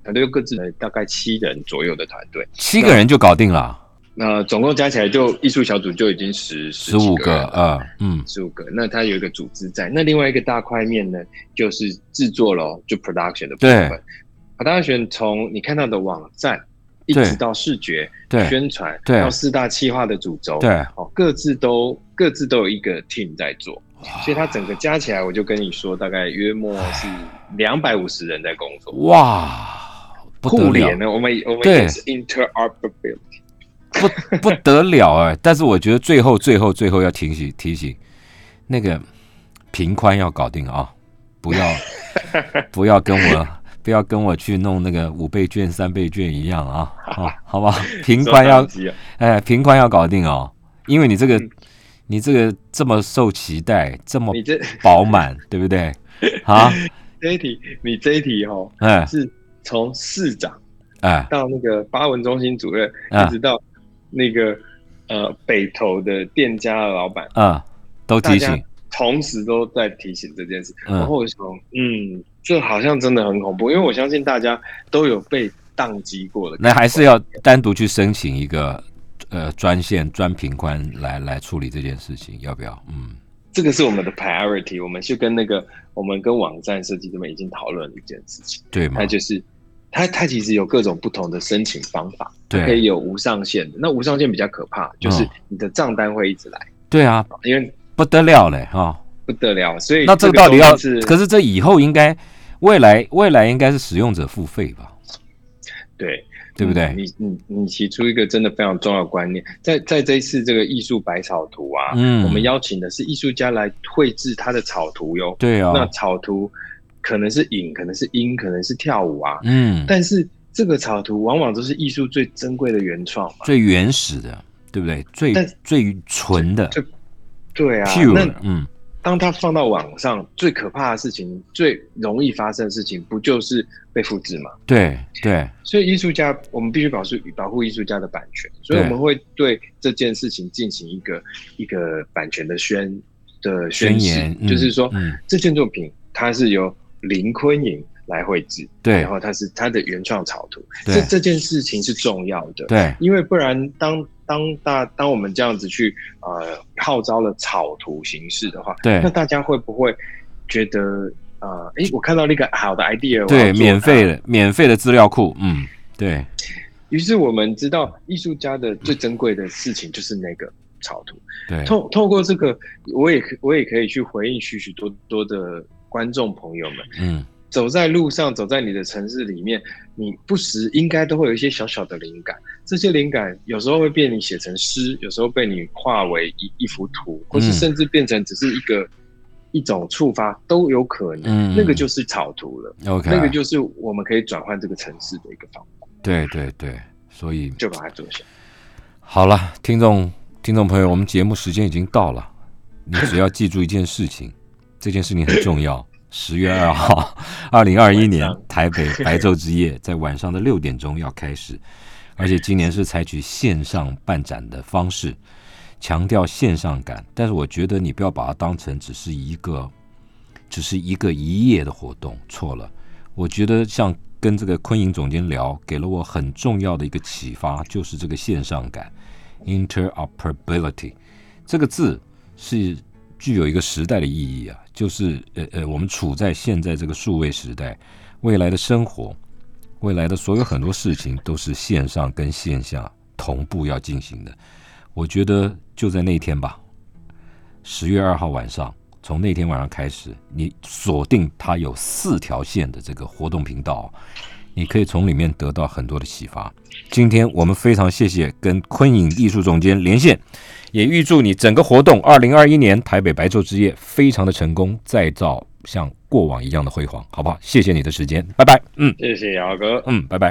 Speaker 3: 团队又各自了大概七人左右的团队，
Speaker 2: 七个人就搞定了。
Speaker 3: 那总共加起来就艺术小组就已经十
Speaker 2: 十五
Speaker 3: 个人啊
Speaker 2: 个，
Speaker 3: 了
Speaker 2: 呃，嗯
Speaker 3: 十五个，那它有一个组织在，那另外一个大块面呢，就是制作咯，就 production 的部
Speaker 2: 对
Speaker 3: 分。production 从你看到的网站，一
Speaker 2: 对
Speaker 3: 直到视觉、
Speaker 2: 对
Speaker 3: 宣传，
Speaker 2: 对
Speaker 3: 到四大企划的主轴，
Speaker 2: 对，
Speaker 3: 哦，各自都各自都有一个 team 在做，所以它整个加起来，我就跟你说，大概约莫是两百五十人在工作。
Speaker 2: 哇，不得
Speaker 3: 互联哦
Speaker 2: 了，
Speaker 3: 呢，我们我们
Speaker 2: 对
Speaker 3: 也是 interoperable，
Speaker 2: 不不得了哎！但是我觉得最后最后最后要提醒提醒，那个平宽要搞定啊，不 要不要跟我不要跟我去弄那个五倍券三倍券一样啊，啊，好 吧，平宽要
Speaker 3: 收档机啊
Speaker 2: 哎平宽要搞定哦，因为你这个你这个这么受期待，这么
Speaker 3: 嗯你这
Speaker 2: 饱满，对不对？ 啊，
Speaker 3: 这一题，你这一题哦，
Speaker 2: 哎
Speaker 3: 是从市长。
Speaker 2: 哎
Speaker 3: 到那个八文中心主任，
Speaker 2: 啊
Speaker 3: 一直到那个呃北投的店家的老板，
Speaker 2: 嗯，都
Speaker 3: 大
Speaker 2: 提
Speaker 3: 家
Speaker 2: 醒，
Speaker 3: 同时都在提醒这件事。
Speaker 2: 嗯
Speaker 3: 然后我想，嗯，这好像真的很恐怖，因为我相信大家都有被宕机过的感觉。
Speaker 2: 那还是要单独去申请一个呃专线专评官来来处理这件事情，要不要？嗯
Speaker 3: 这个是我们的 priority，我们去跟那个我们跟网站设计这边已经讨论了一件事情，，
Speaker 2: 对吗
Speaker 3: 那？就是。它它其实有各种不同的申请方法，可以
Speaker 2: 对
Speaker 3: 有无上限的。那无上限比较可怕，就是
Speaker 2: 嗯
Speaker 3: 你的账单会一直来，
Speaker 2: 对啊，
Speaker 3: 因为
Speaker 2: 不得了嘞哈、
Speaker 3: 不得了。所以
Speaker 2: 那这个到底要
Speaker 3: 东西是？
Speaker 2: 可是这以后应该未来未来应该是使用者付费吧？
Speaker 3: 对
Speaker 2: 对不对
Speaker 3: 嗯你你你提出一个真的非常重要的观念，在在这一次这个艺术百草图啊，
Speaker 2: 嗯
Speaker 3: 我们邀请的是艺术家来绘制他的草图哟。
Speaker 2: 对啊，
Speaker 3: 那草图可能是影，可能是音，可能是跳舞啊，
Speaker 2: 嗯，
Speaker 3: 但是这个草图往往都是艺术最珍贵的原创嘛。
Speaker 2: 最原始的，对不对？最
Speaker 3: 但
Speaker 2: 最纯的
Speaker 3: 最对啊，那
Speaker 2: ，pure，嗯，
Speaker 3: 当它放到网上，最可怕的事情，最容易发生的事情，不就是被复制吗？
Speaker 2: 对对，
Speaker 3: 所以艺术家，我们必须保护保护艺术家的版权，所以
Speaker 2: 对
Speaker 3: 我们会对这件事情进行一个一个版权的宣的
Speaker 2: 宣
Speaker 3: 誓
Speaker 2: 言嗯
Speaker 3: 就是说、
Speaker 2: 嗯
Speaker 3: 这件作品它是由林坤颖来绘制，
Speaker 2: 对
Speaker 3: 然后它是它的原创草图，
Speaker 2: 对
Speaker 3: 这这件事情是重要的，
Speaker 2: 对
Speaker 3: 因为不然当当大当我们这样子去呃号召了草图形式的话，
Speaker 2: 对
Speaker 3: 那大家会不会觉得呃，诶，我看到了一个好的 idea，我要
Speaker 2: 对，
Speaker 3: 做呃
Speaker 2: 免
Speaker 3: 它
Speaker 2: 费的免费的资料库，嗯，对，
Speaker 3: 于是我们知道，艺术家的最珍贵的事情就是那个草图。
Speaker 2: 对，
Speaker 3: 透透过这个，我也可我也可以去回应许许多多的观众朋友们。
Speaker 2: 嗯，
Speaker 3: 走在路上，走在你的城市里面，你不时应该都会有一些小小的灵感。这些灵感有时候会被你写成诗，有时候被你化为一一幅图，或是
Speaker 2: 嗯
Speaker 3: 甚至变成只是一个、一种触发都有可能，
Speaker 2: 嗯
Speaker 3: 那个就是草图了，
Speaker 2: OK，
Speaker 3: 那个就是我们可以转换这个城市的一个方法，
Speaker 2: 对对对，所以
Speaker 3: 就把它做下来。
Speaker 2: 好了，听众听众朋友，我们节目时间已经到了，你只要记住一件事情， 这件事情很重要。十月二号，二零二一年
Speaker 3: 晚上
Speaker 2: 台 北白昼之夜在晚上的六点钟要开始，而且今年是采取线上办展的方式，强调线上感。但是我觉得你不要把它当成只是一个，只是一个一夜的活动，错了。我觉得像跟这个昆影总监聊，给了我很重要的一个启发，就是这个线上感 （interoperability） 这个字是具有一个时代的意义啊，就是呃呃，我们处在现在这个数位时代，未来的生活，未来的所有很多事情都是线上跟线下同步要进行的。我觉得就在那一天吧，十月二号晚上，从那天晚上开始，你锁定它有四条线的这个活动频道，啊你可以从里面得到很多的启发。今天我们非常谢谢跟昆影艺术总监连线，也预祝你整个活动二零二一年台北白昼之夜非常的成功，再造像过往一样的辉煌，好不好？谢谢你的时间，拜拜。嗯
Speaker 3: 谢谢姚哥，
Speaker 2: 嗯，拜拜。